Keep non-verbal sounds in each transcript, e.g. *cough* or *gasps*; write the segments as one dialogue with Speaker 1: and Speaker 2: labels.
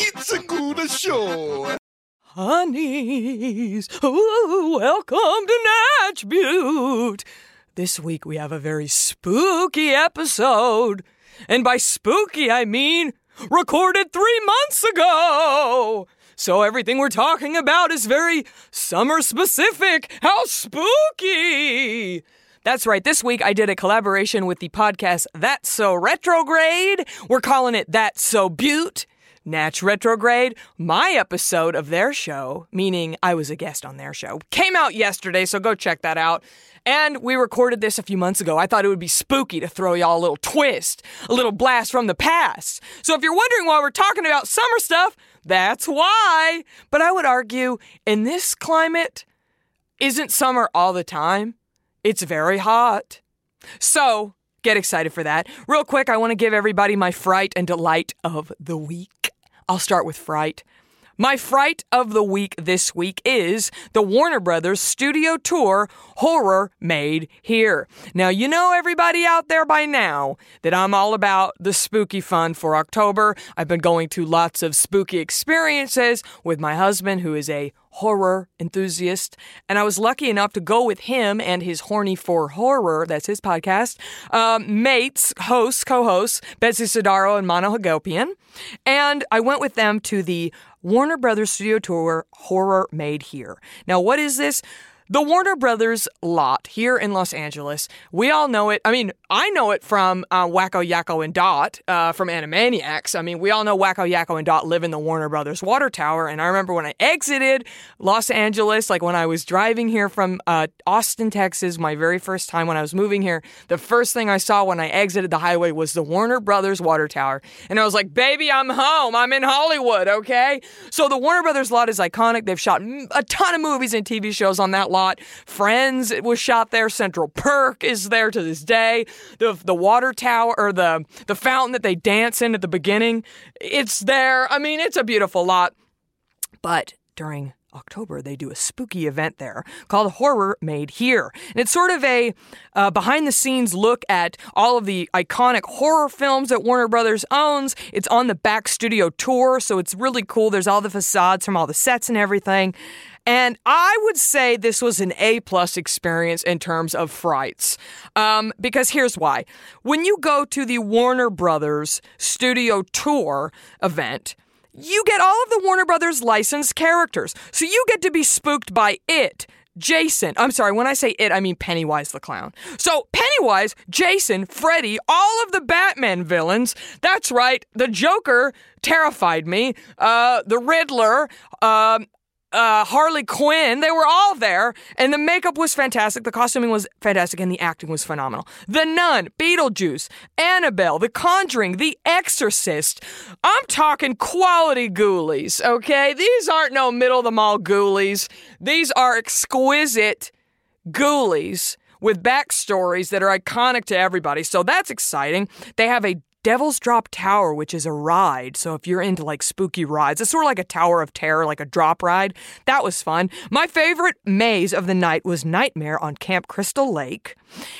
Speaker 1: It's a good show.
Speaker 2: Honeys, ooh, welcome to Natch Butte. This week we have a very spooky episode. And by spooky, I mean recorded three months ago. So everything we're talking about is very summer specific. How spooky! That's right. This week I did a collaboration with the podcast That's So Retrograde. We're calling it That's So Butte. Natch Retrograde, my episode of their show, meaning I was a guest on their show, came out yesterday, so go check that out. And we recorded this a few months ago. I thought it would be spooky to throw y'all a little twist, a little blast from the past. So if you're wondering why we're talking about summer stuff, that's why. But I would argue in this climate, isn't summer all the time? It's very hot. So get excited for that. Real quick, I want to give everybody my fright and delight of the week. I'll start with fright. My fright of the week this week is the Warner Brothers Studio Tour Horror Made Here. Now, you know, everybody out there by now, that I'm all about the spooky fun for October. I've been going to lots of spooky experiences with my husband, who is a horror enthusiast, and I was lucky enough to go with him and his Horny for Horror, that's his podcast, um, mates, hosts, co hosts, Betsy Sidaro and Mono Hagopian. And I went with them to the Warner Brothers Studio Tour Horror Made Here. Now, what is this? The Warner Brothers lot here in Los Angeles, we all know it. I mean, I know it from uh, Wacko Yakko and Dot uh, from Animaniacs. I mean, we all know Wacko Yakko and Dot live in the Warner Brothers water tower. And I remember when I exited Los Angeles, like when I was driving here from uh, Austin, Texas, my very first time when I was moving here, the first thing I saw when I exited the highway was the Warner Brothers water tower. And I was like, baby, I'm home. I'm in Hollywood, okay? So the Warner Brothers lot is iconic. They've shot a ton of movies and TV shows on that lot lot. Friends was shot there. Central Perk is there to this day. The the water tower or the the fountain that they dance in at the beginning, it's there. I mean, it's a beautiful lot. But during October, they do a spooky event there called Horror Made Here. And it's sort of a uh, behind the scenes look at all of the iconic horror films that Warner Brothers owns. It's on the back studio tour, so it's really cool. There's all the facades from all the sets and everything. And I would say this was an A plus experience in terms of frights. Um, because here's why. When you go to the Warner Brothers studio tour event, you get all of the Warner Brothers licensed characters. So you get to be spooked by it, Jason. I'm sorry, when I say it, I mean Pennywise the clown. So Pennywise, Jason, Freddy, all of the Batman villains. That's right, the Joker terrified me. Uh, the Riddler, um, uh, Harley Quinn, they were all there, and the makeup was fantastic, the costuming was fantastic, and the acting was phenomenal. The Nun, Beetlejuice, Annabelle, The Conjuring, The Exorcist. I'm talking quality ghoulies, okay? These aren't no middle of the mall ghoulies. These are exquisite ghoulies with backstories that are iconic to everybody. So that's exciting. They have a Devil's Drop Tower, which is a ride. So if you're into like spooky rides, it's sort of like a Tower of Terror, like a drop ride. That was fun. My favorite maze of the night was Nightmare on Camp Crystal Lake.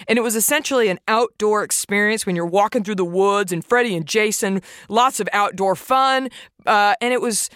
Speaker 2: And it was essentially an outdoor experience when you're walking through the woods and Freddy and Jason, lots of outdoor fun. Uh, and it was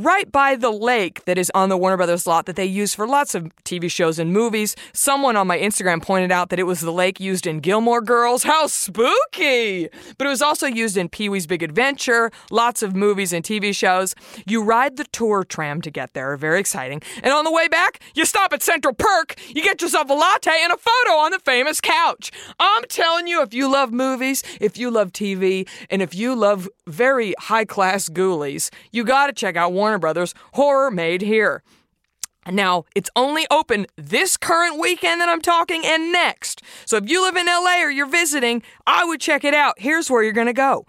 Speaker 2: right by the lake that is on the Warner Brothers lot that they use for lots of TV shows and movies. Someone on my Instagram pointed out that it was the lake used in Gilmore Girls. How spooky! But it was also used in Pee Wee's Big Adventure, lots of movies and TV shows. You ride the tour tram to get there, very exciting. And on the way back, you stop at Central Perk, you get yourself a latte and a photo on the famous couch. I'm telling you, if you love movies, if you love TV, and if you love very high class ghoulies, you gotta check out Warner. Warner Brothers horror made here. Now, it's only open this current weekend that I'm talking and next. So if you live in LA or you're visiting, I would check it out. Here's where you're going to go.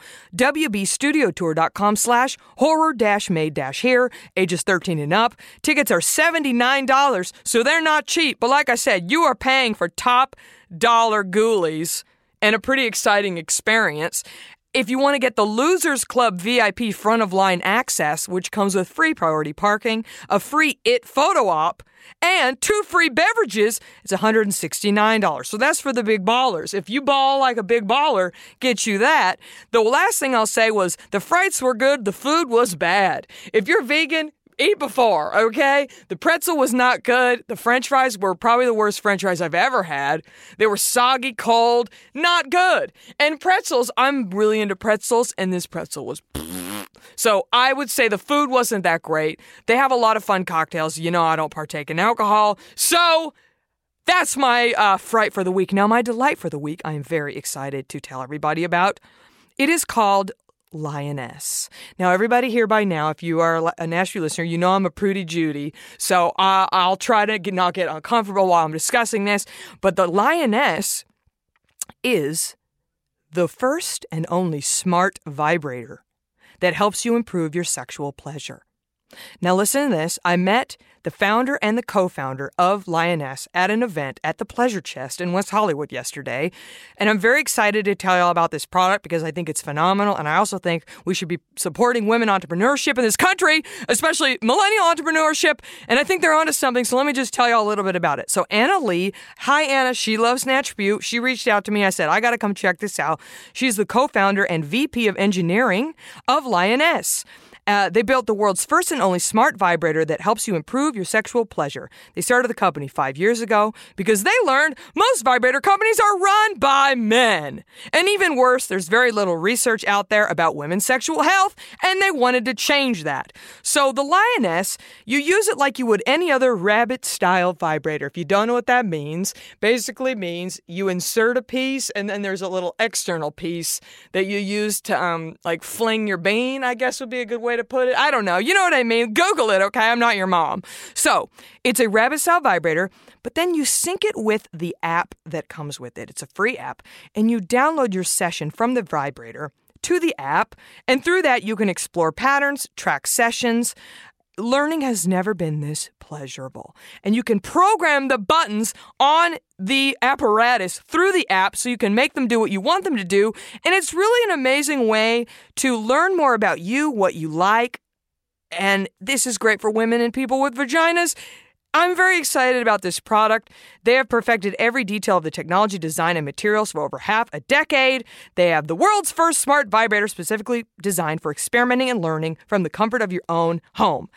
Speaker 2: WBStudiotour.com slash horror dash made dash here, ages 13 and up. Tickets are $79, so they're not cheap. But like I said, you are paying for top dollar ghoulies and a pretty exciting experience. If you want to get the Losers Club VIP front of line access, which comes with free priority parking, a free IT photo op, and two free beverages, it's $169. So that's for the big ballers. If you ball like a big baller, get you that. The last thing I'll say was the frights were good, the food was bad. If you're vegan, eat before, okay? The pretzel was not good. The french fries were probably the worst french fries I've ever had. They were soggy, cold, not good. And pretzels, I'm really into pretzels, and this pretzel was. *laughs* So I would say the food wasn't that great. They have a lot of fun cocktails. You know, I don't partake in alcohol. So. That's my uh, fright for the week. Now, my delight for the week, I am very excited to tell everybody about. It is called Lioness. Now, everybody here by now, if you are a Nashville listener, you know I'm a prudy Judy. So uh, I'll try to get, not get uncomfortable while I'm discussing this. But the Lioness is the first and only smart vibrator that helps you improve your sexual pleasure. Now, listen to this. I met the founder and the co founder of Lioness at an event at the Pleasure Chest in West Hollywood yesterday. And I'm very excited to tell y'all about this product because I think it's phenomenal. And I also think we should be supporting women entrepreneurship in this country, especially millennial entrepreneurship. And I think they're onto something. So let me just tell y'all a little bit about it. So, Anna Lee, hi, Anna. She loves Natch Butte. She reached out to me. I said, I got to come check this out. She's the co founder and VP of engineering of Lioness. Uh, they built the world's first and only smart vibrator that helps you improve your sexual pleasure. They started the company five years ago because they learned most vibrator companies are run by men. And even worse, there's very little research out there about women's sexual health, and they wanted to change that. So the Lioness, you use it like you would any other rabbit style vibrator. If you don't know what that means, basically means you insert a piece and then there's a little external piece that you use to um, like fling your bean, I guess would be a good way to put it. I don't know. You know what I mean? Google it, okay? I'm not your mom. So it's a rabbit style vibrator, but then you sync it with the app that comes with it. It's a free app, and you download your session from the vibrator to the app, and through that, you can explore patterns, track sessions. Learning has never been this pleasurable. And you can program the buttons on the apparatus through the app so you can make them do what you want them to do. And it's really an amazing way to learn more about you, what you like. And this is great for women and people with vaginas. I'm very excited about this product. They have perfected every detail of the technology, design, and materials for over half a decade. They have the world's first smart vibrator specifically designed for experimenting and learning from the comfort of your own home.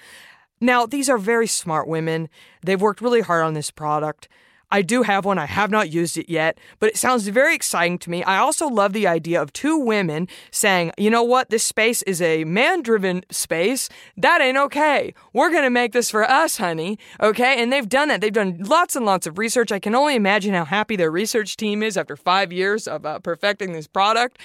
Speaker 2: Now, these are very smart women. They've worked really hard on this product. I do have one. I have not used it yet, but it sounds very exciting to me. I also love the idea of two women saying, you know what, this space is a man driven space. That ain't okay. We're going to make this for us, honey. Okay. And they've done that. They've done lots and lots of research. I can only imagine how happy their research team is after five years of uh, perfecting this product.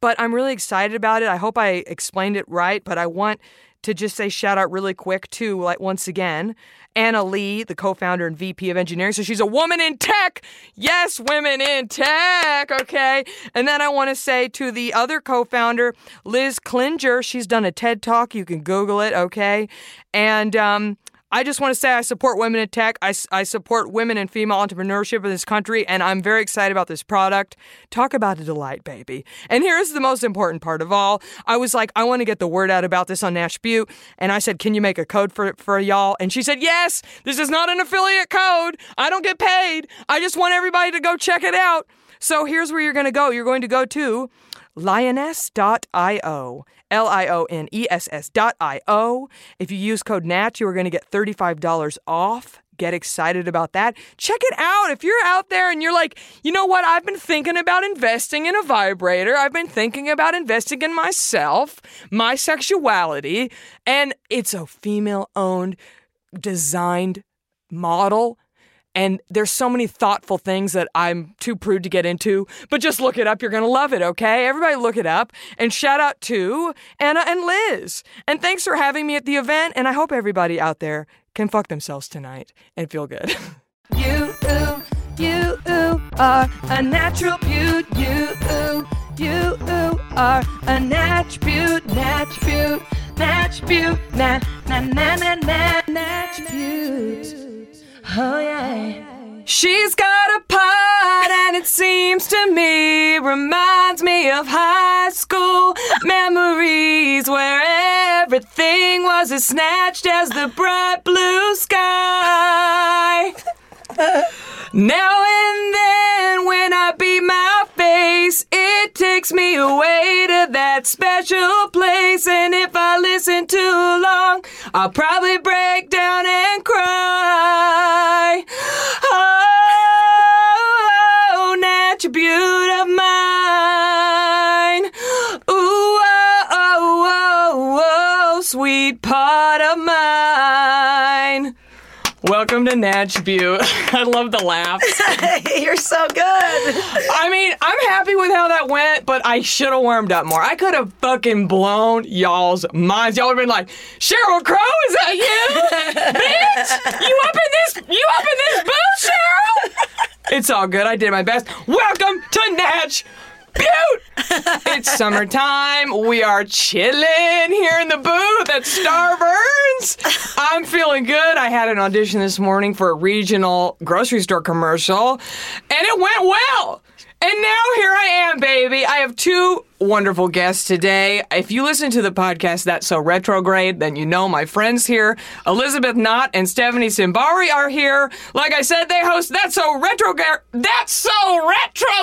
Speaker 2: But I'm really excited about it. I hope I explained it right, but I want to just say shout out really quick to like once again Anna Lee, the co-founder and VP of engineering. So she's a woman in tech. Yes, women in tech. Okay. And then I want to say to the other co-founder, Liz Klinger. She's done a TED talk. You can Google it. Okay. And um, I just want to say I support women in tech. I, I support women and female entrepreneurship in this country, and I'm very excited about this product. Talk about a delight, baby. And here's the most important part of all. I was like, I want to get the word out about this on Nash Butte. And I said, Can you make a code for, for y'all? And she said, Yes, this is not an affiliate code. I don't get paid. I just want everybody to go check it out. So here's where you're going to go. You're going to go to lioness.io, L I O N E S S.io. If you use code NATCH, you are going to get $35 off. Get excited about that. Check it out. If you're out there and you're like, you know what, I've been thinking about investing in a vibrator, I've been thinking about investing in myself, my sexuality, and it's a female owned, designed model. And there's so many thoughtful things that I'm too prude to get into, but just look it up. You're going to love it, okay? Everybody look it up. And shout out to Anna and Liz. And thanks for having me at the event. And I hope everybody out there can fuck themselves tonight and feel good. *laughs*
Speaker 3: You ooh, you ooh are a natural beaut. You ooh, you ooh are a natch beaut, natch beaut, natch beaut, na na na na na natch beaut. Oh yeah.
Speaker 2: She's got a pot, and it seems to me reminds me of high school memories where everything was as snatched as the bright blue sky. Now and then, when I beat my face, it takes me away to that special place. And if I listen too long, I'll probably break down and cry. Oh, natural beauty of mine. Ooh, oh, oh, oh, oh, sweet part of mine. Welcome to Natch Butte. *laughs* I love the laughs.
Speaker 4: *laughs* You're so good.
Speaker 2: I mean, I'm happy with how that went, but I should have warmed up more. I could have fucking blown y'all's minds. Y'all would have been like, Cheryl Crow, is that you? Bitch! You up in this you up in this booth, Cheryl? It's all good. I did my best. Welcome to Natch Butte! It's summertime. We are chilling here in the booth at Starburns. I'm feeling good. I had an audition this morning for a regional grocery store commercial, and it went well. And now here I am, baby. I have two wonderful guests today. If you listen to the podcast That's So Retrograde, then you know my friends here, Elizabeth Knott and Stephanie Simbari are here. Like I said, they host That's So Retrograde. That's So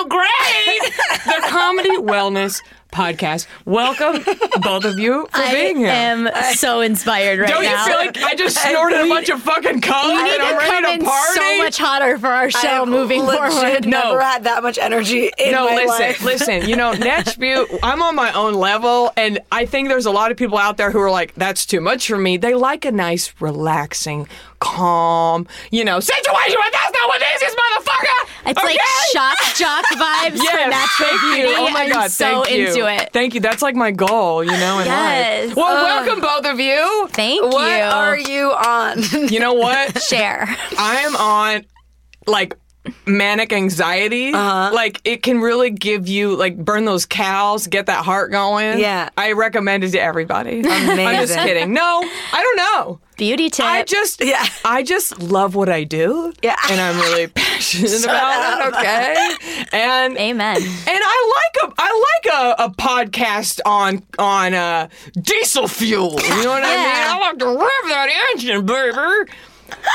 Speaker 2: Retrograde! the Comedy Wellness Podcast. Welcome, both of you, for
Speaker 5: I
Speaker 2: being here.
Speaker 5: am so inspired right
Speaker 2: Don't you
Speaker 5: now.
Speaker 2: feel like I just snorted a bunch of fucking cum
Speaker 5: we need
Speaker 2: and I'm
Speaker 5: to
Speaker 2: ready
Speaker 5: come
Speaker 2: to
Speaker 5: in
Speaker 2: party?
Speaker 5: so much hotter for our
Speaker 4: I
Speaker 5: show
Speaker 4: have
Speaker 5: moving
Speaker 4: legit
Speaker 2: *laughs*
Speaker 5: forward.
Speaker 4: Never had that much energy in
Speaker 2: no,
Speaker 4: my
Speaker 2: listen,
Speaker 4: life.
Speaker 2: listen. You know, Natch Butte, I'm on my own level, and I think there's a lot of people out there who are like, "That's too much for me." They like a nice, relaxing, calm, you know, situation. But that's not what this is, motherfucker.
Speaker 5: It's
Speaker 2: okay?
Speaker 5: like shock jock vibes
Speaker 2: *laughs*
Speaker 5: for
Speaker 2: Yes,
Speaker 5: natural
Speaker 2: thank you.
Speaker 5: beauty.
Speaker 2: Oh my
Speaker 5: I'm
Speaker 2: god,
Speaker 5: so
Speaker 2: thank you.
Speaker 5: into it.
Speaker 2: Thank you. That's like my goal, you know. In
Speaker 5: Yes.
Speaker 2: life. Well,
Speaker 5: Ugh.
Speaker 2: welcome both of you.
Speaker 5: Thank
Speaker 4: What
Speaker 5: you.
Speaker 4: are you
Speaker 5: *laughs*
Speaker 4: on? Oh
Speaker 2: You know what? *laughs*
Speaker 5: Share.
Speaker 2: I am on like manic anxiety.
Speaker 5: Uh-huh.
Speaker 2: Like it can really give you like burn those cows, get that heart going.
Speaker 4: Yeah.
Speaker 2: I recommend it to everybody. I'm just
Speaker 4: Amazing.
Speaker 2: kidding. No, I don't know.
Speaker 5: Beauty tip.
Speaker 2: I just
Speaker 4: Yeah.
Speaker 2: I just love what I do.
Speaker 4: Yeah.
Speaker 2: And I'm
Speaker 5: *laughs*
Speaker 2: really passionate about it, okay? And *laughs*
Speaker 5: Amen.
Speaker 2: and I like a I like a, a podcast on on uh, diesel fuel. You know what I
Speaker 5: Yeah.
Speaker 2: mean? I like to rev that engine, baby.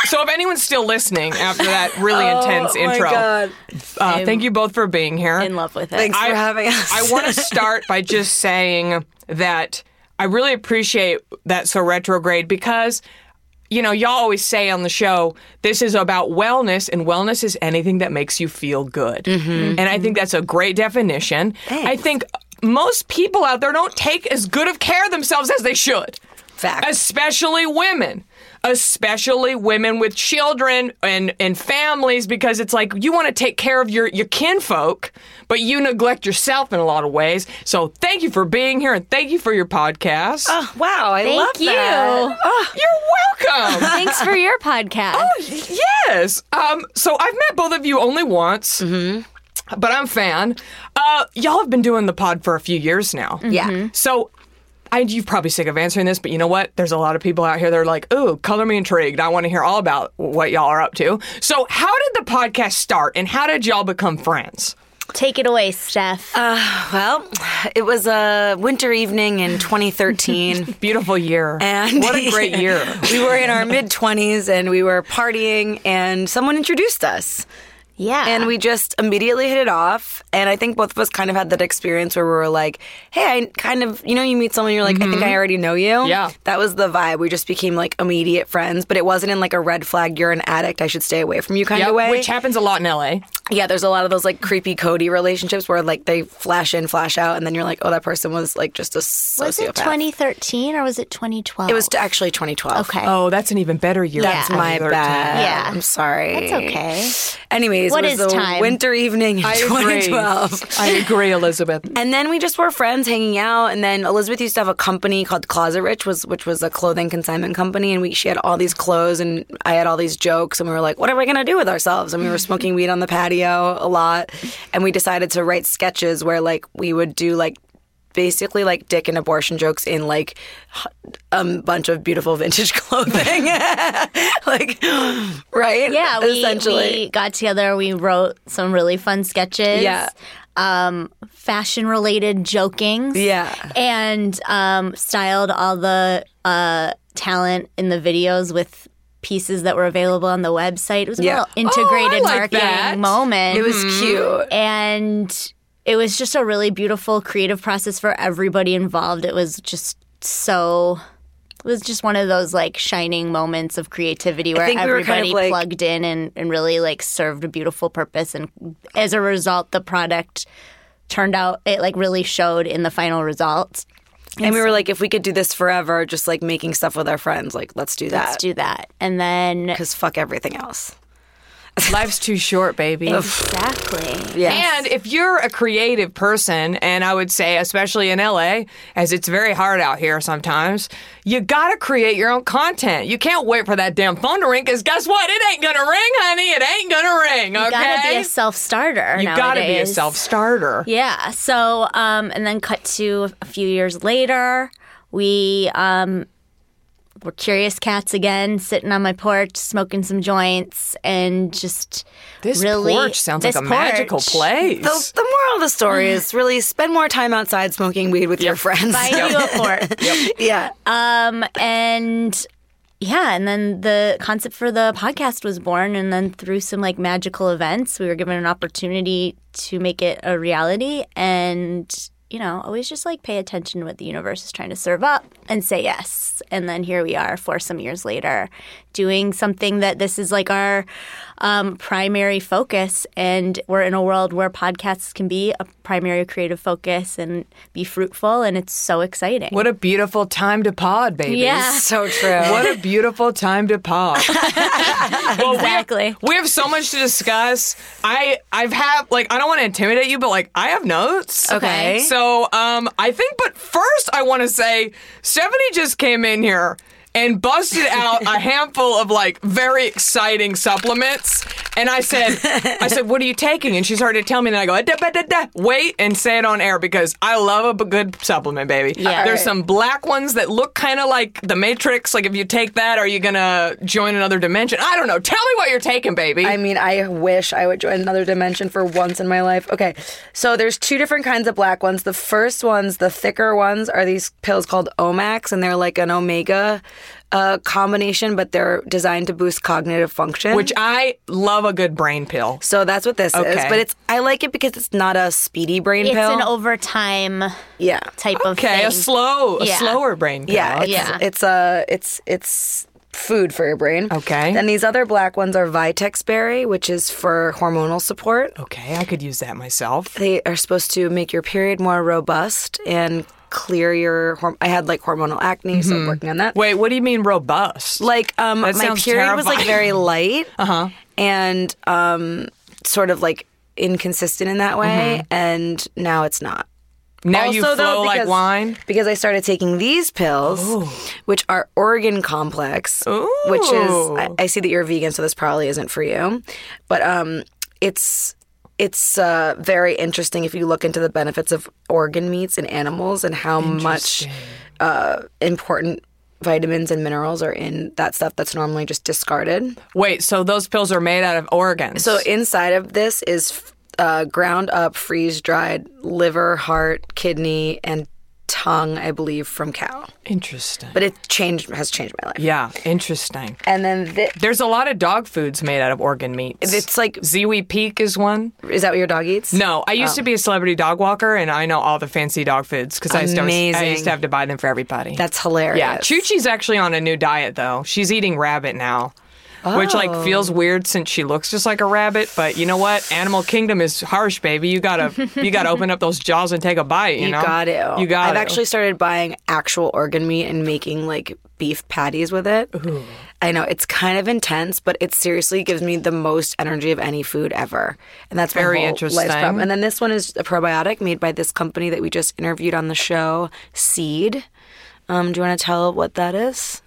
Speaker 2: So if anyone's still listening after that really intense
Speaker 4: Oh my
Speaker 2: intro,
Speaker 4: God.
Speaker 2: uh, thank you both for being here.
Speaker 5: In love with it.
Speaker 4: Thanks
Speaker 2: I-
Speaker 4: for having us.
Speaker 2: I want to start by just saying that I really appreciate that so retrograde because you know y'all always say on the show this is about wellness and wellness is anything that makes you feel good and i think that's a great definition i think most people out there don't take as good of care of themselves as they should
Speaker 4: Fact.
Speaker 2: especially women especially women with children and and families because it's like you want to take care of your your kinfolk but you neglect yourself in a lot of ways so thank you for being here and thank you for your podcast
Speaker 4: Oh, *laughs* wow, I
Speaker 5: Thank
Speaker 4: love
Speaker 5: you.
Speaker 4: that.
Speaker 2: you're welcome
Speaker 5: Thanks for your
Speaker 2: *laughs*
Speaker 5: podcast.
Speaker 2: Oh. Yes. Um, so I've met both of you only once.
Speaker 4: Mm-hmm.
Speaker 2: But I'm a fan. Uh, y'all have been doing the pod for a few years now.
Speaker 4: Yeah.
Speaker 2: So I, you're probably sick of answering this, but you know what? There's a lot of people out here that are like, ooh, color me intrigued. I want to hear all about what y'all are up to. So how did the podcast start and how did y'all become friends?
Speaker 5: Take it away, Steph.
Speaker 4: Um, Well, it was a winter evening in
Speaker 5: *laughs*
Speaker 4: 2013.
Speaker 2: Beautiful year.
Speaker 4: And
Speaker 2: what
Speaker 4: *laughs*
Speaker 2: a great year.
Speaker 4: we were in our mid 20s and we were partying, and someone introduced us.
Speaker 5: yeah.
Speaker 4: And we just immediately hit it off. And I think both of us kind of had that experience where we were like, hey, I kind of, you know, you meet someone, you're like, I think I already know you.
Speaker 2: Mm-hmm. Yeah.
Speaker 4: That was the vibe. We just became like immediate friends, but it wasn't in like a red flag, you're an addict, I should stay away from you kind
Speaker 2: Yeah,
Speaker 4: of way.
Speaker 2: which happens a lot in LA.
Speaker 4: yeah, there's a lot of those like creepy Cody relationships where like they flash in, flash out, and then you're like, oh, that person was like just a sociopath.
Speaker 5: Was it 2013 or was it 2012?
Speaker 4: It was actually 2012.
Speaker 5: Okay.
Speaker 2: Oh, that's an even better year.
Speaker 4: That's
Speaker 2: than
Speaker 4: my
Speaker 2: 2013.
Speaker 4: bad.
Speaker 5: Yeah.
Speaker 4: I'm sorry.
Speaker 5: That's okay.
Speaker 4: Anyways,
Speaker 5: What
Speaker 4: it was
Speaker 5: is
Speaker 4: a
Speaker 5: time?
Speaker 4: winter evening in
Speaker 2: I
Speaker 4: *laughs*
Speaker 2: agree.
Speaker 4: 2012.
Speaker 2: I agree, Elizabeth.
Speaker 4: And then we just were friends hanging out. And then Elizabeth used to have a company called Closet Rich, was which was a clothing consignment company. And we she had all these clothes, and I had all these jokes. And we were like, "What are we gonna do with ourselves?" And we were
Speaker 5: Mm-hmm.
Speaker 4: smoking weed on the patio a lot. And we decided to write sketches where like we would do like basically like dick and abortion jokes in like a bunch of beautiful vintage *laughs* clothing, like *gasps* right?
Speaker 5: Yeah, we,
Speaker 4: essentially.
Speaker 5: we got together. We wrote some really fun sketches.
Speaker 4: Yeah.
Speaker 5: Um, fashion related joking.
Speaker 4: Yeah.
Speaker 5: And um, styled all the uh, talent in the videos with pieces that were available on the website. It was a
Speaker 4: Yeah.
Speaker 5: real integrated
Speaker 2: like
Speaker 5: marketing
Speaker 2: that.
Speaker 5: moment.
Speaker 4: it was cute.
Speaker 5: and it was just a really beautiful creative process for everybody involved. It was just so it was just one of those like shining moments of creativity where
Speaker 4: think we were
Speaker 5: everybody
Speaker 4: kind of, like-
Speaker 5: plugged in and, and really like served a beautiful purpose and as a result the product turned out it like really showed in the final results.
Speaker 4: And we were like, if we could do this forever, just like making stuff with our friends, like let's do that.
Speaker 5: Let's do that. And
Speaker 4: *laughs*
Speaker 5: then
Speaker 4: because fuck everything else.
Speaker 2: Life's too short, baby.
Speaker 5: exactly.
Speaker 4: Yeah.
Speaker 2: And if you're a creative person, and I would say, especially in LA, as it's very hard out here sometimes, you gotta create your own content. You can't wait for that damn phone to ring, because guess what? It ain't gonna ring, honey. It ain't gonna ring, okay?
Speaker 5: You gotta be a self starter.
Speaker 2: You gotta be a self starter.
Speaker 5: Yeah. So, um, and then cut to a few years later, we um, were curious cats again, sitting on my porch, smoking some joints, and just
Speaker 2: This
Speaker 5: really
Speaker 2: porch sounds
Speaker 5: this
Speaker 2: like a magical
Speaker 5: porch.
Speaker 2: place.
Speaker 4: The, the moral of the *sighs* story is really spend more time outside smoking weed with your friends.
Speaker 2: *laughs*
Speaker 4: *laughs*
Speaker 5: Find you a porch.
Speaker 4: yeah.
Speaker 5: and yeah, and then the concept for the podcast was born, and then through some like magical events, we were given an opportunity to make it a reality. And you know, always just like pay attention to what the universe is trying to serve up and say yes. And then here we are, for some years later, doing something that this is like our um, primary focus, and we're in a world where podcasts can be a primary creative focus and be fruitful, and it's so exciting.
Speaker 2: What a beautiful time to pod, baby.
Speaker 5: yeah.
Speaker 4: So
Speaker 5: *laughs*
Speaker 4: true.
Speaker 2: What a beautiful time to pod.
Speaker 5: Exactly.
Speaker 2: We have so much to discuss. I I've have like I don't want to intimidate you, but like I have notes.
Speaker 4: Okay.
Speaker 2: So um I think but first I want to say Stephanie just came in here and busted out a handful of like very exciting supplements. And I said I said, What are you taking? And she started to tell me and I go, "Da, ba, da, da." wait and say it on air because I love a b- good supplement, baby.
Speaker 5: Yeah.
Speaker 2: There's some black ones that look kinda like the Matrix. Like if you take that, are you gonna join another dimension? I don't know. Tell me what you're taking, baby.
Speaker 4: I mean, I wish I would join another dimension for once in my life. Okay, so there's two different kinds of black ones. The first ones, the thicker ones, are these pills called Omax, and they're like an omega uh, combination, but they're designed to boost cognitive function.
Speaker 2: Which I love a good brain pill.
Speaker 4: so that's what this is.
Speaker 2: Okay.
Speaker 4: But it's I like it because it's not a speedy brain
Speaker 5: It's
Speaker 4: pill.
Speaker 5: an overtime
Speaker 4: yeah.
Speaker 5: type of
Speaker 2: Okay,
Speaker 5: thing.
Speaker 2: a slow, a
Speaker 5: Yeah.
Speaker 2: slower brain pill.
Speaker 4: Yeah, it's,
Speaker 5: Yeah.
Speaker 4: it's a it's it's food for your brain.
Speaker 2: Okay.
Speaker 4: Then these other black ones are Vitex berry, which is for hormonal support.
Speaker 2: okay, I could use that myself.
Speaker 4: They are supposed to make your period more robust and clear your. Horm- I had like hormonal acne, so I'm working on that.
Speaker 2: Wait, Mm-hmm. what do you mean robust?
Speaker 4: Like um, my
Speaker 2: That
Speaker 4: period
Speaker 2: sounds
Speaker 4: was like
Speaker 2: terrifying.
Speaker 4: very light, uh-huh. and um, sort of like inconsistent in that way,
Speaker 2: Mm-hmm.
Speaker 4: and now it's not.
Speaker 2: now you flow
Speaker 4: Also, though,
Speaker 2: like
Speaker 4: because-
Speaker 2: wine.
Speaker 4: because I started taking these pills, which are Organ Complex, which is I, I see that you're vegan, so this probably isn't for you, but um, it's it's uh, very interesting if you look into the benefits of organ meats in animals and how much uh, important vitamins and minerals are in that stuff that's normally just discarded.
Speaker 2: Wait, so those pills are made out of organs.
Speaker 4: So inside of this is uh, ground up, freeze dried liver, heart, kidney, and tongue, I believe, from cow
Speaker 2: interesting.
Speaker 4: but it changed has changed my life.
Speaker 2: yeah, interesting.
Speaker 4: And then thi-
Speaker 2: There's a lot of dog foods made out of organ meats.
Speaker 4: it's like,
Speaker 2: Ziwi Peak is one.
Speaker 4: is that what your dog eats?
Speaker 2: No, I
Speaker 4: Oh.
Speaker 2: used to be a celebrity dog walker, and I know all the fancy dog foods because I, used to always- I
Speaker 4: Amazing.
Speaker 2: used to have to buy them for everybody.
Speaker 4: that's hilarious.
Speaker 2: Yeah, Choochie's actually on a new diet though. She's eating rabbit now. which like
Speaker 4: Oh.
Speaker 2: feels weird since she looks just like a rabbit. But you know what? Animal Kingdom is harsh, baby. You gotta you gotta open up those jaws and take a bite. You,
Speaker 4: You
Speaker 2: know?
Speaker 4: got it.
Speaker 2: You got
Speaker 4: I've
Speaker 2: it.
Speaker 4: actually started buying actual organ meat and making like beef patties with it. I know it's kind of intense, but it seriously gives me the most energy of any food ever, and that's my
Speaker 2: Very
Speaker 4: whole
Speaker 2: interesting.
Speaker 4: Life's problem. And then this one is a probiotic made by this company that we just interviewed on the show, Seed. Um, do you want to tell what that is?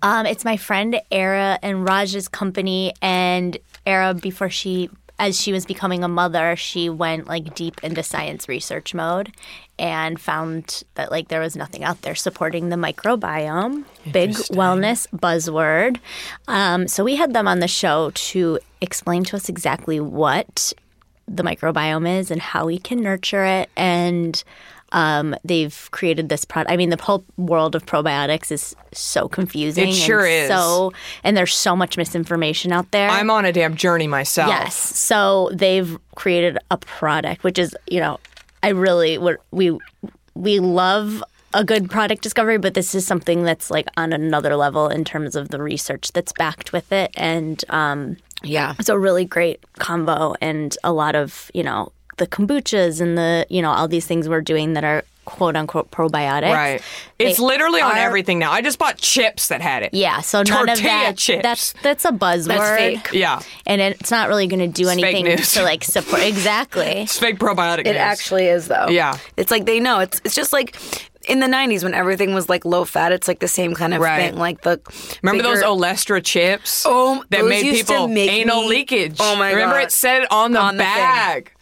Speaker 5: Um, it's my friend Era and Raj's company. And Era, before she, as she was becoming a mother, she went like deep into science research mode and found that like there was nothing out there supporting the microbiome. Big wellness buzzword. Um, so we had them on the show to explain to us exactly what the microbiome is and how we can nurture it. And um, they've created this product. I mean, the whole world of probiotics is so confusing.
Speaker 2: It sure
Speaker 5: and
Speaker 2: is.
Speaker 5: So, and there's so much misinformation out there.
Speaker 2: I'm on a damn journey myself.
Speaker 5: Yes. So they've created a product, which is you know, I really would we we love a good product discovery, but this is something that's like on another level in terms of the research that's backed with it, and um,
Speaker 4: Yeah.
Speaker 5: it's a really great combo and a lot of you know the kombuchas and the you know all these things we're doing that are quote unquote probiotics.
Speaker 2: Right. It's
Speaker 5: They
Speaker 2: literally on
Speaker 5: are-
Speaker 2: everything now. I just bought chips that had it.
Speaker 5: Yeah, so none of
Speaker 2: Tortilla
Speaker 5: that.
Speaker 2: chips.
Speaker 5: That's that's a buzzword.
Speaker 4: fake.
Speaker 2: Yeah.
Speaker 5: and it's not really going to do
Speaker 2: fake
Speaker 5: anything
Speaker 2: news.
Speaker 5: to like support.
Speaker 2: *laughs*
Speaker 5: Exactly.
Speaker 2: It's fake probiotic.
Speaker 4: It actually is though.
Speaker 2: Yeah.
Speaker 4: It's like they know. It's it's just like in the '90s when everything was like low fat. It's like the same kind of
Speaker 2: Right.
Speaker 4: thing. Like the
Speaker 2: Remember those
Speaker 4: bigger-
Speaker 2: Olestra chips?
Speaker 4: Oh,
Speaker 2: that
Speaker 4: those
Speaker 2: made
Speaker 4: used to
Speaker 2: people
Speaker 4: make
Speaker 2: anal
Speaker 4: me-
Speaker 2: leakage.
Speaker 4: Oh my
Speaker 2: Remember
Speaker 4: God.
Speaker 2: it said it on the
Speaker 4: On the thing.
Speaker 2: bag.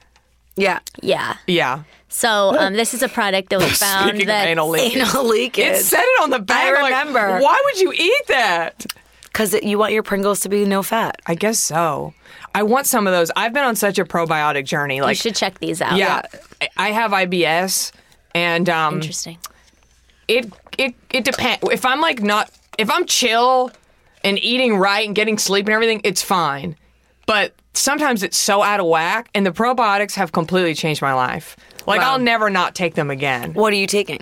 Speaker 4: yeah
Speaker 5: Yeah.
Speaker 2: Yeah.
Speaker 5: So um, this is a product that we found
Speaker 2: *laughs* Speaking of
Speaker 5: that
Speaker 2: anal leakage.
Speaker 4: anal *laughs* leakage.
Speaker 2: It said it on the bag. I'm like,
Speaker 4: remember.
Speaker 2: why would you eat that?
Speaker 4: Because you want your Pringles to be no fat.
Speaker 2: I guess so. I want some of those. I've been on such a probiotic journey.
Speaker 5: you
Speaker 2: Like,
Speaker 5: should check these out.
Speaker 2: yeah, I- I have IBS, and um,
Speaker 5: Interesting.
Speaker 2: it it it depends. If I'm like not, if I'm chill and eating right and getting sleep and everything, it's fine. But sometimes it's so out of whack, and the probiotics have completely changed my life. Like I'll never not take them again.
Speaker 4: What are you taking?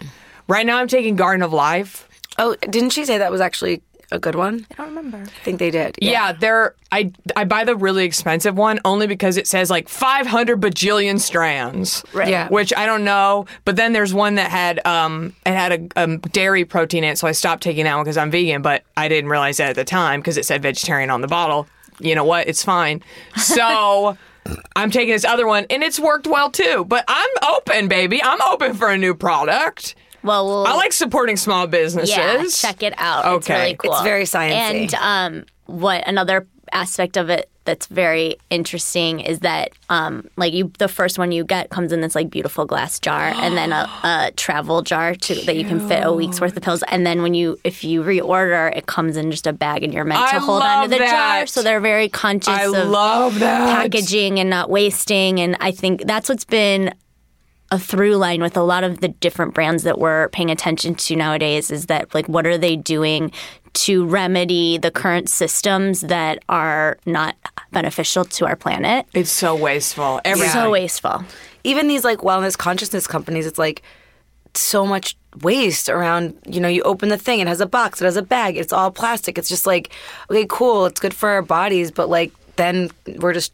Speaker 2: Right now, I'm taking Garden of Life.
Speaker 4: Oh, didn't she say that was actually a good one? I don't remember. I think they did.
Speaker 2: Yeah, they're I I buy the really expensive one only because it says like 500 bajillion strands. Right.
Speaker 4: Yeah.
Speaker 2: Which I don't know, but then there's one that had um it had a um, dairy protein in it, so I stopped taking that one because I'm vegan, but I didn't realize that at the time because it said vegetarian on the bottle. You know what? It's fine. So. *laughs* I'm taking this other one and it's worked well too. But I'm open, baby. I'm open for a new product.
Speaker 5: Well, we'll
Speaker 2: I like supporting small businesses.
Speaker 5: Oh. yeah, check it out. It's
Speaker 2: Okay.
Speaker 5: really cool.
Speaker 4: It's very sciencey.
Speaker 5: And um, what another aspect of it that's very interesting is that um, like you, the first one you get comes in this like beautiful glass jar, and then a, a travel jar to, that you can fit a week's worth of pills. And then when you, if you reorder, it comes in just a bag, and you're meant
Speaker 2: I
Speaker 5: to hold onto
Speaker 2: love
Speaker 5: the jar.
Speaker 2: that.
Speaker 5: So they're very conscious.
Speaker 2: I
Speaker 5: of,
Speaker 2: love that.
Speaker 5: packaging and not wasting. And I think that's what's been a through line with a lot of the different brands that we're paying attention to nowadays is that, like, what are they doing to remedy the current systems that are not beneficial to our planet?
Speaker 2: It's so wasteful. Everything.
Speaker 5: So wasteful.
Speaker 4: Even these like wellness consciousness companies, it's like so much waste around. You know, you open the thing, it has a box, it has a bag, it's all plastic. It's just like, okay, cool, it's good for our bodies, but like then we're just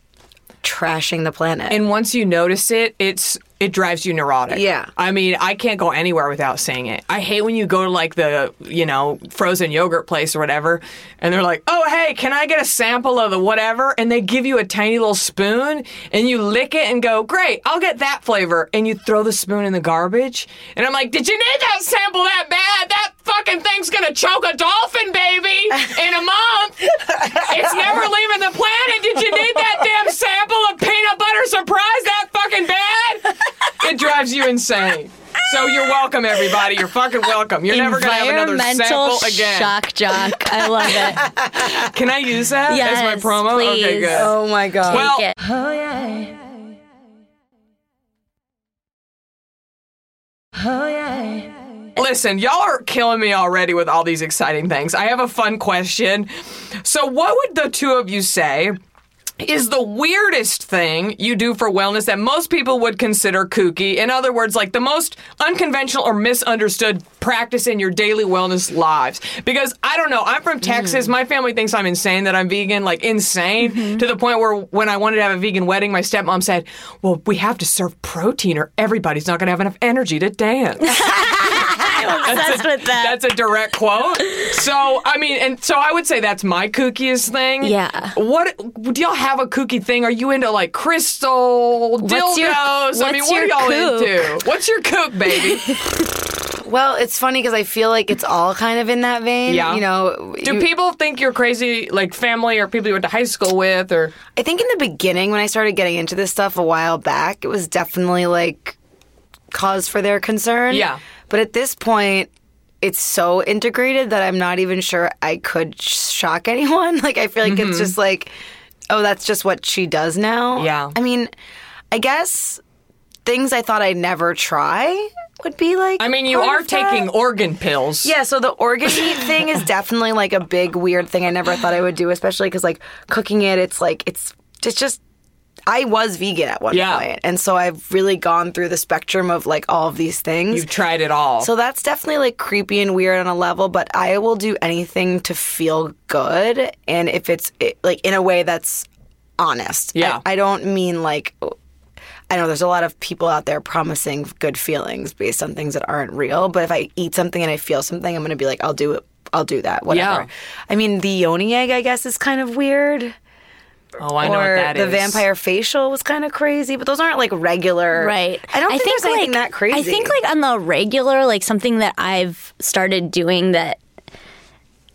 Speaker 4: trashing the planet.
Speaker 2: and once you notice it, it's it drives you neurotic.
Speaker 4: Yeah.
Speaker 2: I mean, I can't go anywhere without seeing it. I hate when you go to like the, you know, frozen yogurt place or whatever, and they're like, "Oh, hey, can I get a sample of the whatever?" and they give you a tiny little spoon and you lick it and go, "Great, I'll get that flavor." and you throw the spoon in the garbage. And I'm like, "Did you need that sample that bad? That fucking thing's going to choke a dolphin, baby, in a month. It's never leaving the planet. Did you need that damn sample of peanut butter surprise that fucking bad? It drives you insane. So you're welcome, everybody. You're fucking welcome. You're never gonna have another sample
Speaker 5: Environmental
Speaker 2: again.
Speaker 5: shock jock. I love
Speaker 2: *laughs*
Speaker 5: it.
Speaker 2: Can I use that
Speaker 5: Yes,
Speaker 2: as my promo? Okay,
Speaker 5: please.
Speaker 2: good.
Speaker 4: oh my god.
Speaker 2: well,
Speaker 5: Take it.
Speaker 2: Listen, y'all are killing me already with all these exciting things. I have a fun question. So, what would the two of you say is the weirdest thing you do for wellness that most people would consider kooky. In other words, like the most unconventional or misunderstood practice in your daily wellness lives. Because I don't know, I'm from Texas. My family thinks I'm insane that I'm vegan, like insane, to the point where when I wanted to have a vegan wedding, my stepmom said, Well, we have to serve protein or everybody's not going to have enough energy to dance.
Speaker 5: Obsessed with that.
Speaker 2: That's a direct quote. So I mean, and so I would say that's my kookiest thing.
Speaker 5: Yeah.
Speaker 2: What do y'all have a kooky thing? Are you into like crystal dildos?
Speaker 5: What's your-
Speaker 2: I mean,
Speaker 5: what's
Speaker 2: what are
Speaker 5: your
Speaker 2: y'all
Speaker 5: kook?
Speaker 2: into? What's your kook,
Speaker 5: *laughs*
Speaker 2: baby?
Speaker 4: Well, it's funny because I feel like it's all kind of in that vein.
Speaker 2: Yeah.
Speaker 4: You know,
Speaker 2: do
Speaker 4: you-
Speaker 2: people think you're crazy, like family or people you went to high school with, or
Speaker 4: I think in the beginning when I started getting into this stuff a while back, it was definitely like cause for their concern.
Speaker 2: Yeah.
Speaker 4: But at this point, it's so integrated that I'm not even sure I could sh- shock *laughs* anyone. Like I feel like
Speaker 2: Mm-hmm.
Speaker 4: it's just like, oh, that's just what she does now.
Speaker 2: Yeah.
Speaker 4: I mean, I guess things I thought I'd never try would be like.
Speaker 2: I mean, you
Speaker 4: part
Speaker 2: are
Speaker 4: of that.
Speaker 2: taking organ pills.
Speaker 4: Yeah, so the organ meat thing is definitely like a big weird thing I never thought I would do, especially because like cooking it, it's like it's it's just. I was vegan at one
Speaker 2: Yeah.
Speaker 4: point, and so I've really gone through the spectrum of like all of these things.
Speaker 2: You've tried it all.
Speaker 4: so that's definitely like creepy and weird on a level, but I will do anything to feel good, and if it's it, like in a way that's honest. I-
Speaker 2: Yeah.
Speaker 4: I don't mean like. I know there's a lot of people out there promising good feelings based on things that aren't real, but if I eat something and I feel something, I'm going to be like, I'll do it. I'll do that. Whatever.
Speaker 2: Yeah.
Speaker 4: I mean, the yoni egg, I guess, is kind of weird.
Speaker 2: oh, I know
Speaker 4: or
Speaker 2: what that
Speaker 4: the
Speaker 2: is.
Speaker 4: vampire facial was kind of crazy, but those aren't like regular.
Speaker 5: Right.
Speaker 4: I don't think, there's anything that crazy.
Speaker 5: I think like on the regular, like something that I've started doing that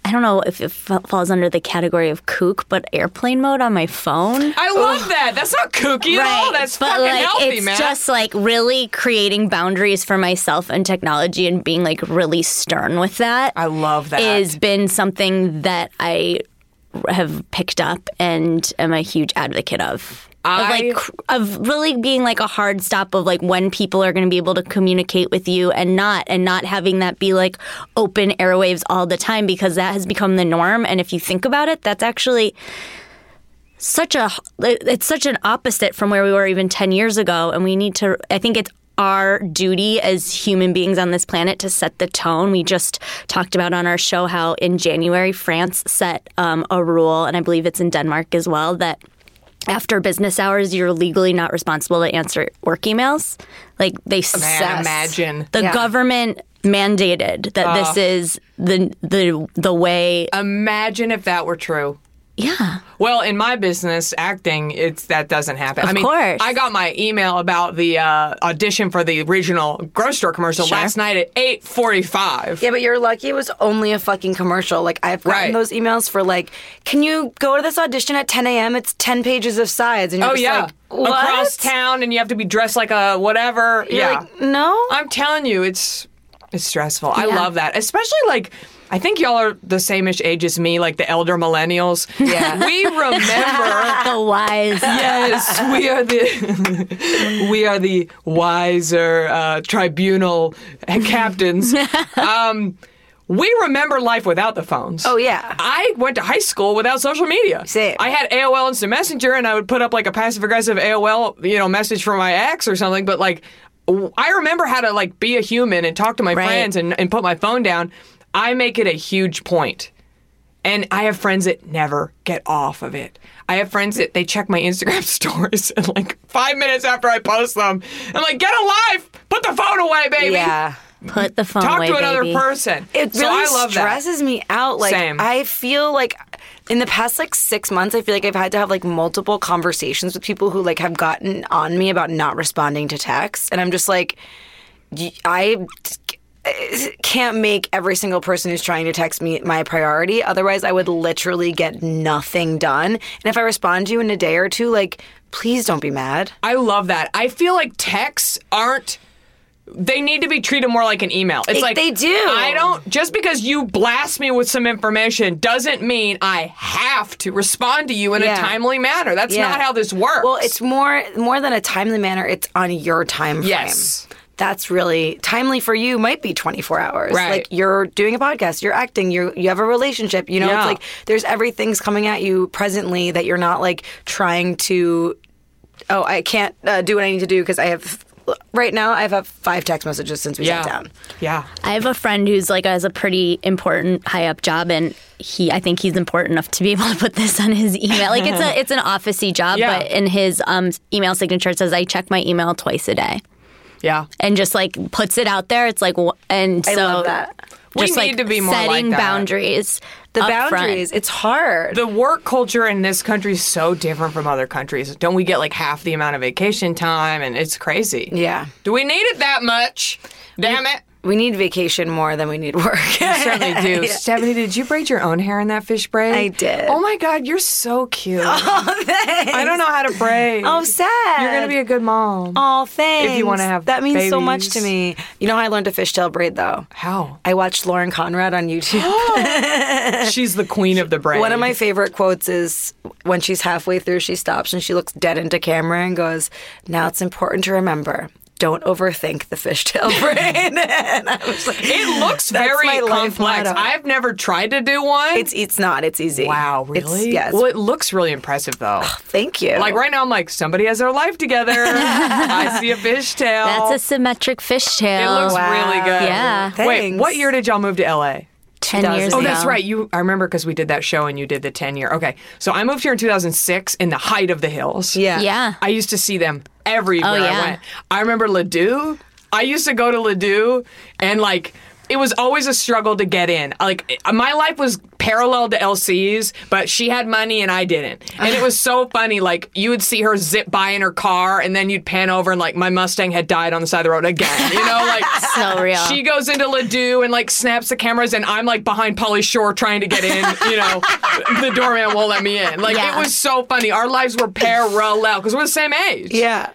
Speaker 5: I don't know if it fa- falls under the category of kook, but airplane mode on my phone.
Speaker 2: I love that. That's not kooky at all. That's
Speaker 5: but
Speaker 2: fucking
Speaker 5: like
Speaker 2: healthy,
Speaker 5: it's
Speaker 2: man.
Speaker 5: just like really creating boundaries for myself and technology and being like really stern with that.
Speaker 2: I love that.
Speaker 5: Has been something that I have picked up and am a huge advocate of.
Speaker 2: I-
Speaker 5: of like cr- of really being like a hard stop of like when people are going to be able to communicate with you and not and not having that be like open airwaves all the time because that has become the norm and if you think about it that's actually such a it's such an opposite from where we were even 10 years ago and we need to i think it's our duty as human beings on this planet to set the tone we just talked about on our show how in january france set um, a rule and i believe it's in denmark as well that after business hours you're legally not responsible to answer work emails like they
Speaker 2: Man, imagine.
Speaker 5: the government mandated that this is the the the way
Speaker 2: Uh, Imagine if that were true.
Speaker 5: yeah
Speaker 2: Well, in my business, acting, it's that doesn't happen. I mean,
Speaker 5: course.
Speaker 2: I got my email about the uh, audition for the original grocery store commercial last night at eight forty-five.
Speaker 4: Yeah, but you're lucky it was only a fucking commercial. Like I've gotten
Speaker 2: Right.
Speaker 4: those emails for like, can you go to this audition at 10 a.m.? It's 10 pages of sides, and you're
Speaker 2: Oh
Speaker 4: just
Speaker 2: yeah,
Speaker 4: like, what?
Speaker 2: across town, and you have to be dressed like a whatever.
Speaker 4: You're
Speaker 2: yeah,
Speaker 4: like, no.
Speaker 2: I'm telling you, it's it's stressful. I love that, especially like. I think y'all are the sameish age as me, like the elder millennials. Yeah, we
Speaker 4: *laughs*
Speaker 2: remember
Speaker 5: the
Speaker 2: *laughs*
Speaker 5: wise
Speaker 2: yes, we are the *laughs* we are the wiser uh, tribunal *laughs* captains. Um, we remember life without the phones.
Speaker 4: Oh, yeah.
Speaker 2: I went to high school without social media.
Speaker 4: Same.
Speaker 2: I had AOL Instant Messenger, and I would put up like a passive aggressive AOL, you know, message for my ex or something. But like, w- I remember how to like be a human and talk to my
Speaker 5: Right.
Speaker 2: friends and, and put my phone down. I make it a huge point. And I have friends that never get off of it. I have friends that they check my Instagram *laughs* stories and like five minutes after I post them, I'm like, get a life, put the phone away, baby.
Speaker 4: Yeah.
Speaker 5: Put the phone
Speaker 2: Talk
Speaker 5: away,
Speaker 2: to another
Speaker 5: baby.
Speaker 2: person.
Speaker 4: It really
Speaker 2: so I love that.
Speaker 4: stresses me out. Like
Speaker 2: Same.
Speaker 4: I feel like in the past like six months, I feel like I've had to have like multiple conversations with people who like have gotten on me about not responding to texts, and I'm just like, y- I can't make every single person who's trying to text me my priority. Otherwise, I would literally get nothing done. And if I respond to you in a day or two, like, please don't be mad.
Speaker 2: I love that. I feel like texts aren't. They need to be treated more like an email. It's
Speaker 4: They-
Speaker 2: like
Speaker 4: they do.
Speaker 2: I don't just because you blast me with some information doesn't mean I have to respond to you in
Speaker 4: Yeah.
Speaker 2: a timely manner. That's
Speaker 4: Yeah.
Speaker 2: not how this works.
Speaker 4: Well, it's more more than a timely manner. It's on your time frame.
Speaker 2: Yes.
Speaker 4: that's really timely for you might be 24 hours
Speaker 2: Right.
Speaker 4: like you're doing a podcast you're acting you you have a relationship you know
Speaker 2: Yeah.
Speaker 4: it's like there's everything's coming at you presently that you're not like trying to oh i can't uh, do what i need to do because i have right now i've had five text messages since we sat down
Speaker 2: Yeah.
Speaker 5: I have a friend who's like has a pretty important high up job, and he I think he's important enough to be *laughs* able to put this on his email. Like it's a it's an officey job,
Speaker 2: Yeah.
Speaker 5: but in his um, email signature it says I check my email twice a day,
Speaker 2: Yeah.
Speaker 5: and just like puts it out there. It's like wh- and so
Speaker 4: love that.
Speaker 2: We
Speaker 5: just,
Speaker 2: need
Speaker 5: like,
Speaker 2: to be more like
Speaker 5: setting
Speaker 2: that.
Speaker 5: boundaries.
Speaker 4: the
Speaker 5: up front.
Speaker 4: boundaries it's hard
Speaker 2: The work culture in this country is so different from other countries. Don't we get like half the amount of vacation time and it's crazy.
Speaker 4: yeah
Speaker 2: Do we need it that much? Damn
Speaker 4: *laughs*
Speaker 2: it.
Speaker 4: we need vacation more than we need work *laughs*
Speaker 2: certainly do. Stephanie, did you braid your own hair in that fish braid?
Speaker 4: I did.
Speaker 2: Oh my god, you're so
Speaker 4: *laughs*
Speaker 2: cute. I don't know how to braid.
Speaker 4: oh sad
Speaker 2: You're gonna be a good mom.
Speaker 4: Oh, thanks.
Speaker 2: If you wanna have
Speaker 4: that means so much to
Speaker 2: babies.
Speaker 4: me. You know how I learned to fishtail braid though?
Speaker 2: How?
Speaker 4: I watched Lauren Conrad on
Speaker 2: *gasps*
Speaker 4: YouTube.
Speaker 2: *laughs* She's the queen of the braid.
Speaker 4: One of my favorite quotes is when she's halfway through, she stops and she looks dead into camera and goes, "Now it's important to remember." Don't overthink
Speaker 2: *laughs*
Speaker 4: the fishtail braid. *laughs* and I was like,
Speaker 2: *laughs* It looks
Speaker 4: *laughs* "That's my
Speaker 2: very
Speaker 4: life
Speaker 2: complex.
Speaker 4: motto."
Speaker 2: I've never tried to do one.
Speaker 4: it's it's not. It's easy.
Speaker 2: wow,
Speaker 4: It's-
Speaker 2: really?
Speaker 4: yeah. it's-
Speaker 2: Well, it looks really impressive though.
Speaker 4: thank you.
Speaker 2: Like right now, I'm like somebody has their life together. *laughs* I see a fishtail.
Speaker 5: That's a symmetric
Speaker 2: It
Speaker 5: fishtail.
Speaker 2: looks really good.
Speaker 5: Yeah.
Speaker 2: Wait, what
Speaker 4: Thanks.
Speaker 2: year did y'all move to LA?
Speaker 5: Ten years
Speaker 4: Oh,
Speaker 2: Oh,
Speaker 5: ago.
Speaker 2: that's right. You, I remember because we did that show and you did the ten year. Okay, so I moved here in 2006 in the height of the hills.
Speaker 4: Yeah.
Speaker 5: Yeah.
Speaker 2: I used to see them everywhere
Speaker 5: yeah.
Speaker 2: I went. I remember Ladue. I used to go to Ladue and like it was always a struggle to get in. Like eh, my life was parallel to LC's, but she had money and I didn't. And it was so funny. Like you would see her zip by in her car, and then you'd pan over and like my Mustang had died on the side of the road again. You know, like
Speaker 5: *laughs* So real.
Speaker 2: She goes into Ladue and like snaps the cameras, and I'm like behind Polly Shore trying to get in. You know, the doorman won't let me in. Like
Speaker 5: Yeah.
Speaker 2: it was so funny. Our lives were parallel because we're the same age.
Speaker 4: Yeah.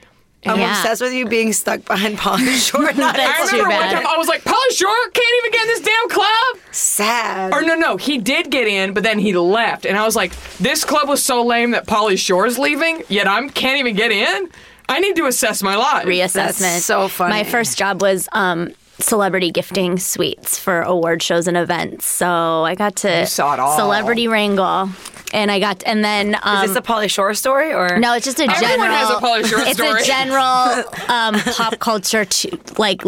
Speaker 4: I'm
Speaker 5: Yeah.
Speaker 4: obsessed with you being stuck behind Polly
Speaker 2: *laughs*
Speaker 4: Shore. Not
Speaker 5: That's
Speaker 2: I
Speaker 5: too
Speaker 2: remember one
Speaker 5: bad.
Speaker 2: time I was like, Polly Shore can't even get in this damn club.
Speaker 4: sad.
Speaker 2: Or no, no, he did get in, but then he left, and I was like, this club was so lame that Polly Shore's leaving, yet I am can't even get in. I need to assess my life.
Speaker 5: reassessment.
Speaker 4: That's so funny.
Speaker 5: My first job was um, celebrity gifting suites for award shows and events. So I got to
Speaker 2: saw it all.
Speaker 5: celebrity wrangle, and I got and then um,
Speaker 4: Is this a Polly Shore story or
Speaker 5: no, it's just a
Speaker 2: Everyone
Speaker 5: general.
Speaker 2: has a Pauly Shore
Speaker 5: it's
Speaker 2: story. *laughs*
Speaker 5: a general um, pop culture, to, like.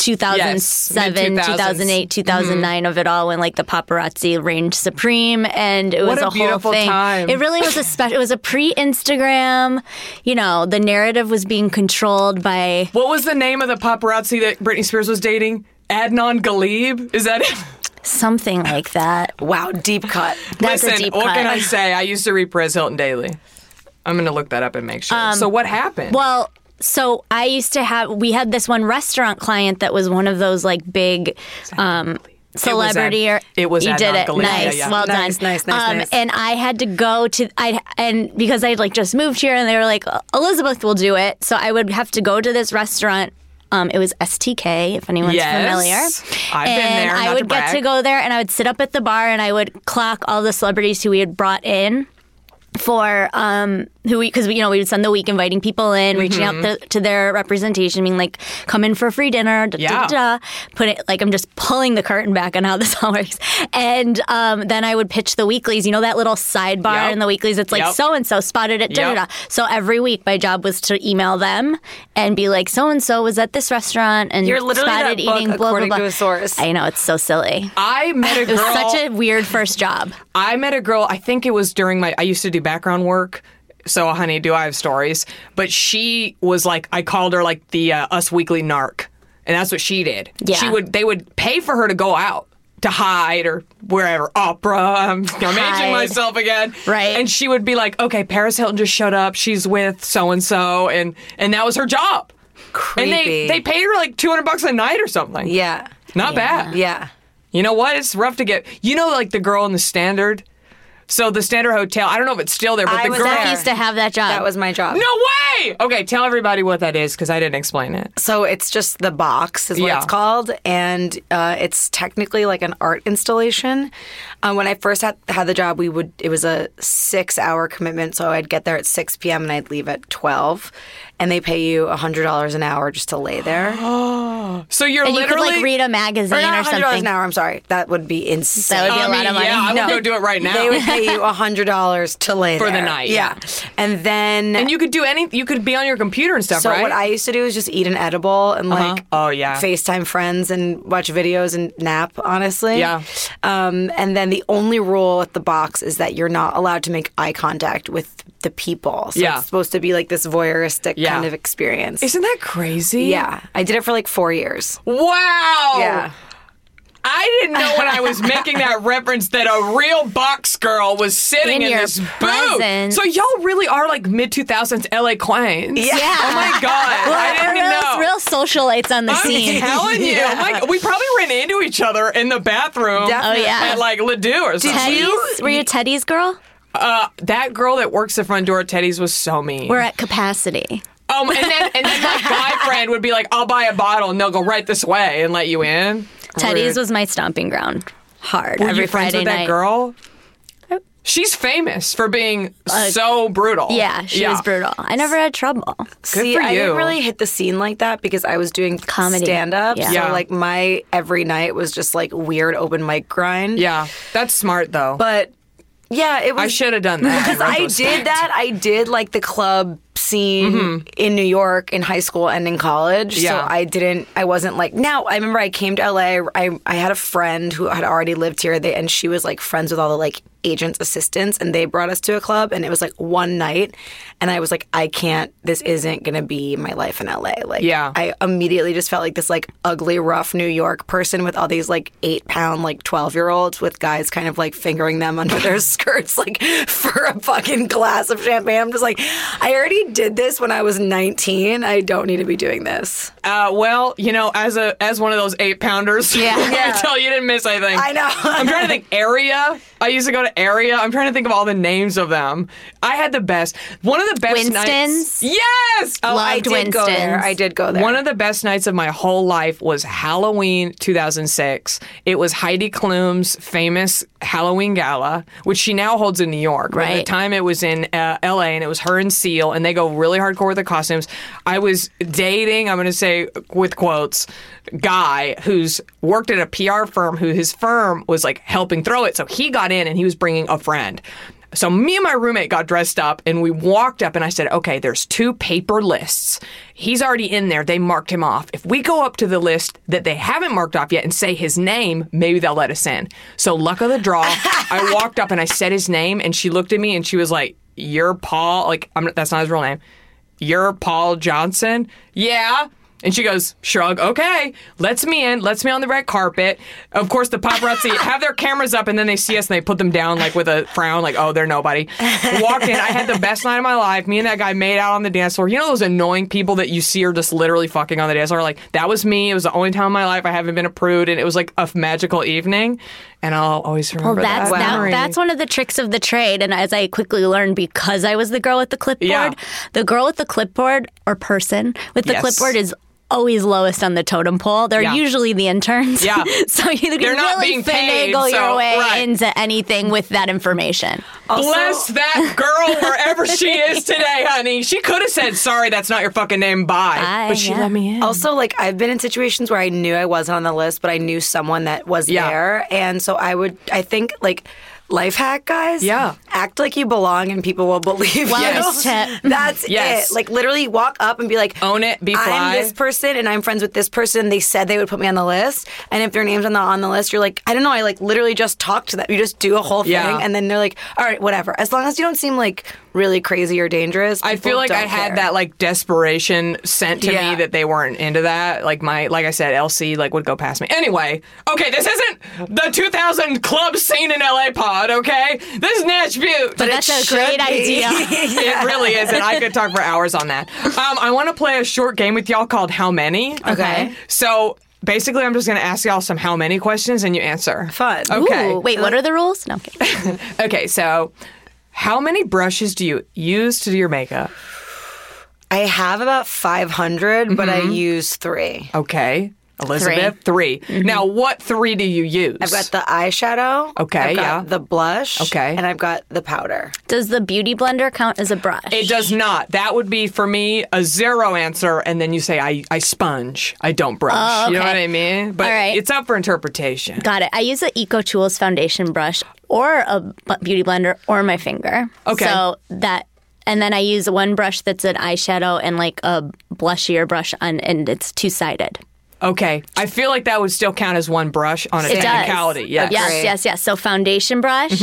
Speaker 5: 2007,
Speaker 2: Yes, Mm-hmm. mid-
Speaker 5: 2008, 2009 of it all when like the paparazzi reigned supreme and it
Speaker 2: What
Speaker 5: was
Speaker 2: a
Speaker 5: a,
Speaker 2: beautiful
Speaker 5: whole thing.
Speaker 2: time.
Speaker 5: It really was a special. It was a pre-Instagram. You know, the narrative was being controlled by
Speaker 2: What was the name of the paparazzi that Britney Spears was dating? Adnan Galib? Is that it?
Speaker 5: Something like that.
Speaker 4: Wow, deep *laughs* cut.
Speaker 5: That's
Speaker 2: Listen,
Speaker 5: a deep
Speaker 2: what
Speaker 5: cut.
Speaker 2: can I say? I used to read Perez Hilton daily. I'm going to look that up and make sure. so what happened?
Speaker 5: Um, well, so I used to have we had this one restaurant client that was one of those like big um celebrity
Speaker 2: Ad-
Speaker 5: or
Speaker 2: it was
Speaker 5: you
Speaker 2: Adnan
Speaker 5: did it
Speaker 2: Galib. Yeah,
Speaker 5: nice
Speaker 2: yeah.
Speaker 5: well
Speaker 4: Nice,
Speaker 5: done
Speaker 4: nice, nice,
Speaker 5: um,
Speaker 4: nice.
Speaker 5: and I had to go to I and because I'd like just moved here and they were like Elizabeth will do it so I would have to go to this restaurant um, it was STK if anyone's
Speaker 2: Yes.
Speaker 5: familiar
Speaker 2: I've been
Speaker 5: and
Speaker 2: there,
Speaker 5: I
Speaker 2: not
Speaker 5: would
Speaker 2: to
Speaker 5: get to
Speaker 2: brag.
Speaker 5: go there and I would sit up at the bar and I would clock all the celebrities who we had brought in for um who we because we you know we would send the week inviting people in reaching out
Speaker 4: Mm-hmm.
Speaker 5: to, to their representation being like come in for a free dinner da,
Speaker 2: Yeah.
Speaker 5: da, da, da. put it like i'm just pulling the curtain back on how this all works and um then i would pitch the weeklies you know that little sidebar
Speaker 2: Yep.
Speaker 5: in the weeklies it's like
Speaker 2: Yep.
Speaker 5: so and so spotted it da,
Speaker 2: Yep.
Speaker 5: da, da. so every week my job was to email them and be like so and so was at this restaurant and
Speaker 4: You're literally that
Speaker 5: spotted
Speaker 4: book
Speaker 5: eating blah blah
Speaker 4: according
Speaker 5: blah
Speaker 4: to a source.
Speaker 5: I know it's so silly.
Speaker 2: I met a
Speaker 5: *laughs* It
Speaker 2: girl.
Speaker 5: was such a weird first job.
Speaker 2: I met a girl, I think it was during my, I used to do background work. So, honey, do I have stories? But she was like, I called her like the uh, Us Weekly narc. And that's what she did.
Speaker 5: Yeah.
Speaker 2: She would, they would pay for her to go out to hide or wherever, opera. I'm imagining
Speaker 5: Hide.
Speaker 2: myself again.
Speaker 5: Right.
Speaker 2: And she would be like, okay, Paris Hilton just showed up. She's with so and so. And and that was her job.
Speaker 4: Creepy.
Speaker 2: And they, they paid her like 200 bucks a night or something.
Speaker 4: Yeah.
Speaker 2: Not bad.
Speaker 4: Yeah.
Speaker 2: You know what? It's rough to get. You know, like the girl in the standard. So the standard hotel. I don't know if it's still there, but
Speaker 4: I
Speaker 2: the
Speaker 4: was
Speaker 2: girl.
Speaker 4: there.
Speaker 5: I used to have that job.
Speaker 4: That was my job.
Speaker 2: No way. Okay, tell everybody what that is because I didn't explain it.
Speaker 4: So it's just the box is what
Speaker 2: Yeah.
Speaker 4: it's called, and uh, it's technically like an art installation. Um, when I first had, had the job, we would it was a six hour commitment, so I'd get there at six p.m. and I'd leave at twelve, and they pay you $100 an hour just to lay there.
Speaker 2: So you're
Speaker 5: And you could
Speaker 2: literally
Speaker 5: like read a magazine
Speaker 4: *gasps* Or
Speaker 5: or,
Speaker 4: not $100
Speaker 5: something.
Speaker 4: an hour, I'm sorry. That would be insane.
Speaker 5: That would be
Speaker 2: I
Speaker 5: a lot
Speaker 2: mean,
Speaker 5: of money.
Speaker 2: Yeah, I would
Speaker 4: No.
Speaker 2: go do it right now.
Speaker 4: They would pay you hundred dollars to lay
Speaker 2: For the
Speaker 4: there.
Speaker 2: night,
Speaker 4: Yeah, and then
Speaker 2: and you could do any. You could be on your computer and stuff,
Speaker 4: so
Speaker 2: right?
Speaker 4: what I used to do is just eat an edible and like
Speaker 2: Oh, yeah.
Speaker 4: FaceTime friends and watch videos and nap. Honestly,
Speaker 2: Yeah.
Speaker 4: Um, and then the only rule at the box is that you're not allowed to make eye contact with the people. So
Speaker 2: Yeah.
Speaker 4: it's supposed to be like this voyeuristic
Speaker 2: Yeah.
Speaker 4: kind of experience.
Speaker 2: Isn't that crazy?
Speaker 4: yeah, I did it for like four years.
Speaker 2: Wow.
Speaker 4: Yeah.
Speaker 2: I didn't know when I was making that reference that a real box girl was sitting
Speaker 5: In
Speaker 2: in,
Speaker 5: your
Speaker 2: this booth.
Speaker 5: presence.
Speaker 2: So y'all really are like mid two thousands LA queens. Yeah. Oh my god. I
Speaker 5: We're
Speaker 2: didn't even
Speaker 5: real,
Speaker 2: know.
Speaker 5: real socialites on the
Speaker 2: I'm
Speaker 5: scene.
Speaker 2: telling
Speaker 5: *laughs*
Speaker 2: you, like we probably ran into each other in the bathroom.
Speaker 4: Definitely.
Speaker 5: Oh, yeah.
Speaker 2: At like Ledoux or something.
Speaker 5: Teddy's? Were you a Teddy's girl?
Speaker 2: Uh, that girl that works the front door at Teddy's was so mean.
Speaker 5: We're at capacity.
Speaker 2: um, and then and then
Speaker 5: *laughs*
Speaker 2: my guy friend would be like, "I'll buy a bottle," and they'll go right this way and let you in.
Speaker 5: Teddy's
Speaker 2: Rude.
Speaker 5: was my stomping ground. Hard
Speaker 2: Were
Speaker 5: every
Speaker 2: you friends
Speaker 5: Friday
Speaker 2: with
Speaker 5: night. Uh,
Speaker 2: that girl? She's famous for being so brutal.
Speaker 5: Yeah, she was brutal. I never had trouble.
Speaker 4: See,
Speaker 2: for
Speaker 4: I
Speaker 2: you.
Speaker 4: didn't really hit the scene like that because I was doing
Speaker 5: Comedy.
Speaker 4: stand up.
Speaker 5: Yeah.
Speaker 4: So
Speaker 2: Yeah.
Speaker 4: like my every night was just like weird open mic grind.
Speaker 2: Yeah, that's smart though.
Speaker 4: But yeah, it was
Speaker 2: I should have done *laughs*
Speaker 5: *laughs*
Speaker 2: that.
Speaker 4: because
Speaker 2: in
Speaker 4: I
Speaker 2: retrospect.
Speaker 4: did that. I did like the club scene in New York in high school and in college.
Speaker 2: Yeah.
Speaker 4: So I didn't. I wasn't like now. I remember I came to LA. I I had a friend who had already lived here, they, and she was like friends with all the like agents assistants and they brought us to a club and it was like one night and i was like i can't this isn't gonna be my life in la like
Speaker 2: Yeah.
Speaker 4: i immediately just felt like this like ugly rough new york person with all these like eight pound like 12 year olds with guys kind of like fingering them *laughs* under their skirts like for a fucking glass of champagne i'm just like i already did this when i was 19 i don't need to be doing this
Speaker 2: Uh, well, you know, as a as one of those eight *laughs* pounders,
Speaker 5: Yeah.
Speaker 2: I tell you, you didn't miss anything.
Speaker 4: I know. *laughs*
Speaker 2: I'm trying to think. Area. I used to go to area. I'm trying to think of all the names of them. I had the best. One of the best nights.
Speaker 5: Winston's?
Speaker 2: Yes. Oh,
Speaker 4: i
Speaker 5: Loved
Speaker 4: did go there
Speaker 5: Winston's.
Speaker 4: i did go there
Speaker 2: One of the best nights of my whole life was Halloween 2006. It was Heidi Klum's famous Halloween gala, which she now holds in New York. But At the
Speaker 5: Right.
Speaker 2: time, it was in uh, LA, and it was her and Seal, and they go really hardcore with the costumes. I was dating, I'm going to say with quotes, guy who's worked at a PR firm who his firm was like helping throw it. So he got in and he was bringing a friend. So me and my roommate got dressed up and we walked up and I said, "Okay, there's two paper lists. He's already in there. They marked him off. If we go up to the list that they haven't marked off yet and say his name, maybe they'll let us in." So luck of the draw, I walked up and I said his name and she looked at me and she was like, "You're Paul, like I'm not- that's not his real name. You're Paul Johnson?" Yeah. And she goes, shrug, okay, lets me in, lets me on the red carpet. Of course, the paparazzi have their cameras up and then they see us and they put them down like with a frown, like, oh, they're nobody. Walked in, I had the best night of my life. Me and that guy made out on the dance floor. You know those annoying people that you see are just literally fucking on the dance floor? Like, that was me. It was the only time in my life I haven't been a prude. And it was like a magical evening. And I'll always remember
Speaker 5: Oh, That's
Speaker 2: that.
Speaker 5: that,
Speaker 2: memory.
Speaker 5: that's one of the tricks of the trade, and as I quickly learned, because I was the girl with the clipboard,
Speaker 2: Yeah.
Speaker 5: the girl with the clipboard or person with the
Speaker 2: Yes.
Speaker 5: clipboard is always lowest on the totem pole. They're
Speaker 2: Yeah.
Speaker 5: usually the interns,
Speaker 2: Yeah.
Speaker 5: *laughs* so you can
Speaker 2: They're not
Speaker 5: really
Speaker 2: being paid,
Speaker 5: finagle
Speaker 2: so-
Speaker 5: your way
Speaker 2: right. Oh,
Speaker 5: into anything with that information.
Speaker 2: Bless that girl wherever she is today, honey. She could have said, sorry, that's not your fucking name. Bye.
Speaker 5: Bye,
Speaker 2: but she
Speaker 5: yeah.
Speaker 2: let me in.
Speaker 4: Also, like I've been in situations where I knew I wasn't on the list, but I knew someone that was
Speaker 2: Yeah.
Speaker 4: there, and so I would. I think like life hack guys.
Speaker 2: Yeah.
Speaker 4: act like you belong, and people will believe
Speaker 5: Wellness
Speaker 4: you.
Speaker 5: tip.
Speaker 4: *laughs* That's
Speaker 2: Yes.
Speaker 4: it. Like literally, walk up and be like,
Speaker 2: Own it, be fly.
Speaker 4: I'm this person, and I'm friends with this person. They said they would put me on the list, and if their name's on the on the list, you're like, I don't know. I like literally just talk to them. You just do a whole thing,
Speaker 2: Yeah.
Speaker 4: and then they're like, all right, whatever. As long as you don't seem like really crazy or dangerous,
Speaker 2: I feel
Speaker 4: people
Speaker 2: like I
Speaker 4: don't
Speaker 2: had
Speaker 4: care.
Speaker 2: that like desperation sent to me
Speaker 4: Yeah.
Speaker 2: that they weren't into that. Like my like I said, LC like would go past me. Anyway, okay, this isn't the 2000 club scene in LA pod. Okay, this is Nash Butte.
Speaker 5: But that's a
Speaker 4: should
Speaker 5: great
Speaker 4: be.
Speaker 5: idea.
Speaker 2: *laughs* it really is, and I could talk for hours on that. Um, I want to play a short game with y'all called How Many.
Speaker 4: Okay.
Speaker 2: So basically, I'm just going to ask y'all some How Many questions, and you answer.
Speaker 4: Fun.
Speaker 2: Okay.
Speaker 5: Ooh, wait, what are the rules? No, I'm kidding.
Speaker 2: Okay. So, how many brushes do you use to do your makeup? Mm-hmm.
Speaker 4: I have about 500, but I use three.
Speaker 2: Okay. Elizabeth, 3
Speaker 5: Mm-hmm.
Speaker 2: Now, what three do you use?
Speaker 4: I've got the eyeshadow.
Speaker 2: Okay,
Speaker 4: I've
Speaker 2: yeah.
Speaker 4: got The blush.
Speaker 2: Okay.
Speaker 4: And I've got the powder.
Speaker 5: Does the beauty blender count as a brush?
Speaker 2: It does not. That would be for me a zero answer, and then you say I, I sponge. I don't brush. You know
Speaker 5: Oh, okay.
Speaker 2: what I mean? But
Speaker 5: All right.
Speaker 2: it's up for interpretation.
Speaker 5: Got it. I use the Eco Tools foundation brush or a bu- beauty blender or my finger.
Speaker 2: Okay.
Speaker 5: So that, and then I use one brush that's an eyeshadow and like a blushier brush on, and it's two sided.
Speaker 2: Okay. I feel like that would still count as one brush on a
Speaker 5: It
Speaker 2: technicality. Mm-hmm. Yes.
Speaker 5: does. Yes,
Speaker 4: Agree.
Speaker 5: yes, yes. So foundation brush.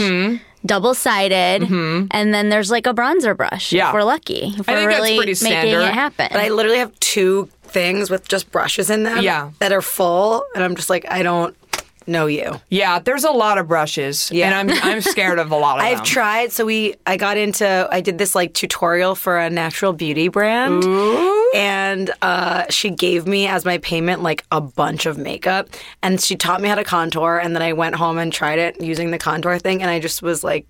Speaker 5: Double sided, and then there's like a bronzer brush.
Speaker 2: Mm-hmm. Yeah.
Speaker 5: If we're lucky. If
Speaker 2: I
Speaker 5: we're
Speaker 2: think that's
Speaker 5: really
Speaker 2: pretty
Speaker 5: making
Speaker 2: standard.
Speaker 5: it happen.
Speaker 4: But I literally have two things with just brushes in them
Speaker 2: Yeah.
Speaker 4: that are full. And I'm just like, I don't know you.
Speaker 2: Yeah, there's a lot of brushes,
Speaker 4: Yeah.
Speaker 2: and I'm I'm scared of a lot of
Speaker 4: *laughs* I've
Speaker 2: them.
Speaker 4: tried. So we, I got into, I did this like tutorial for a natural beauty brand, and uh, she gave me as my payment like a bunch of makeup, and she taught me how to contour, and then I went home and tried it using the contour thing, and I just was like,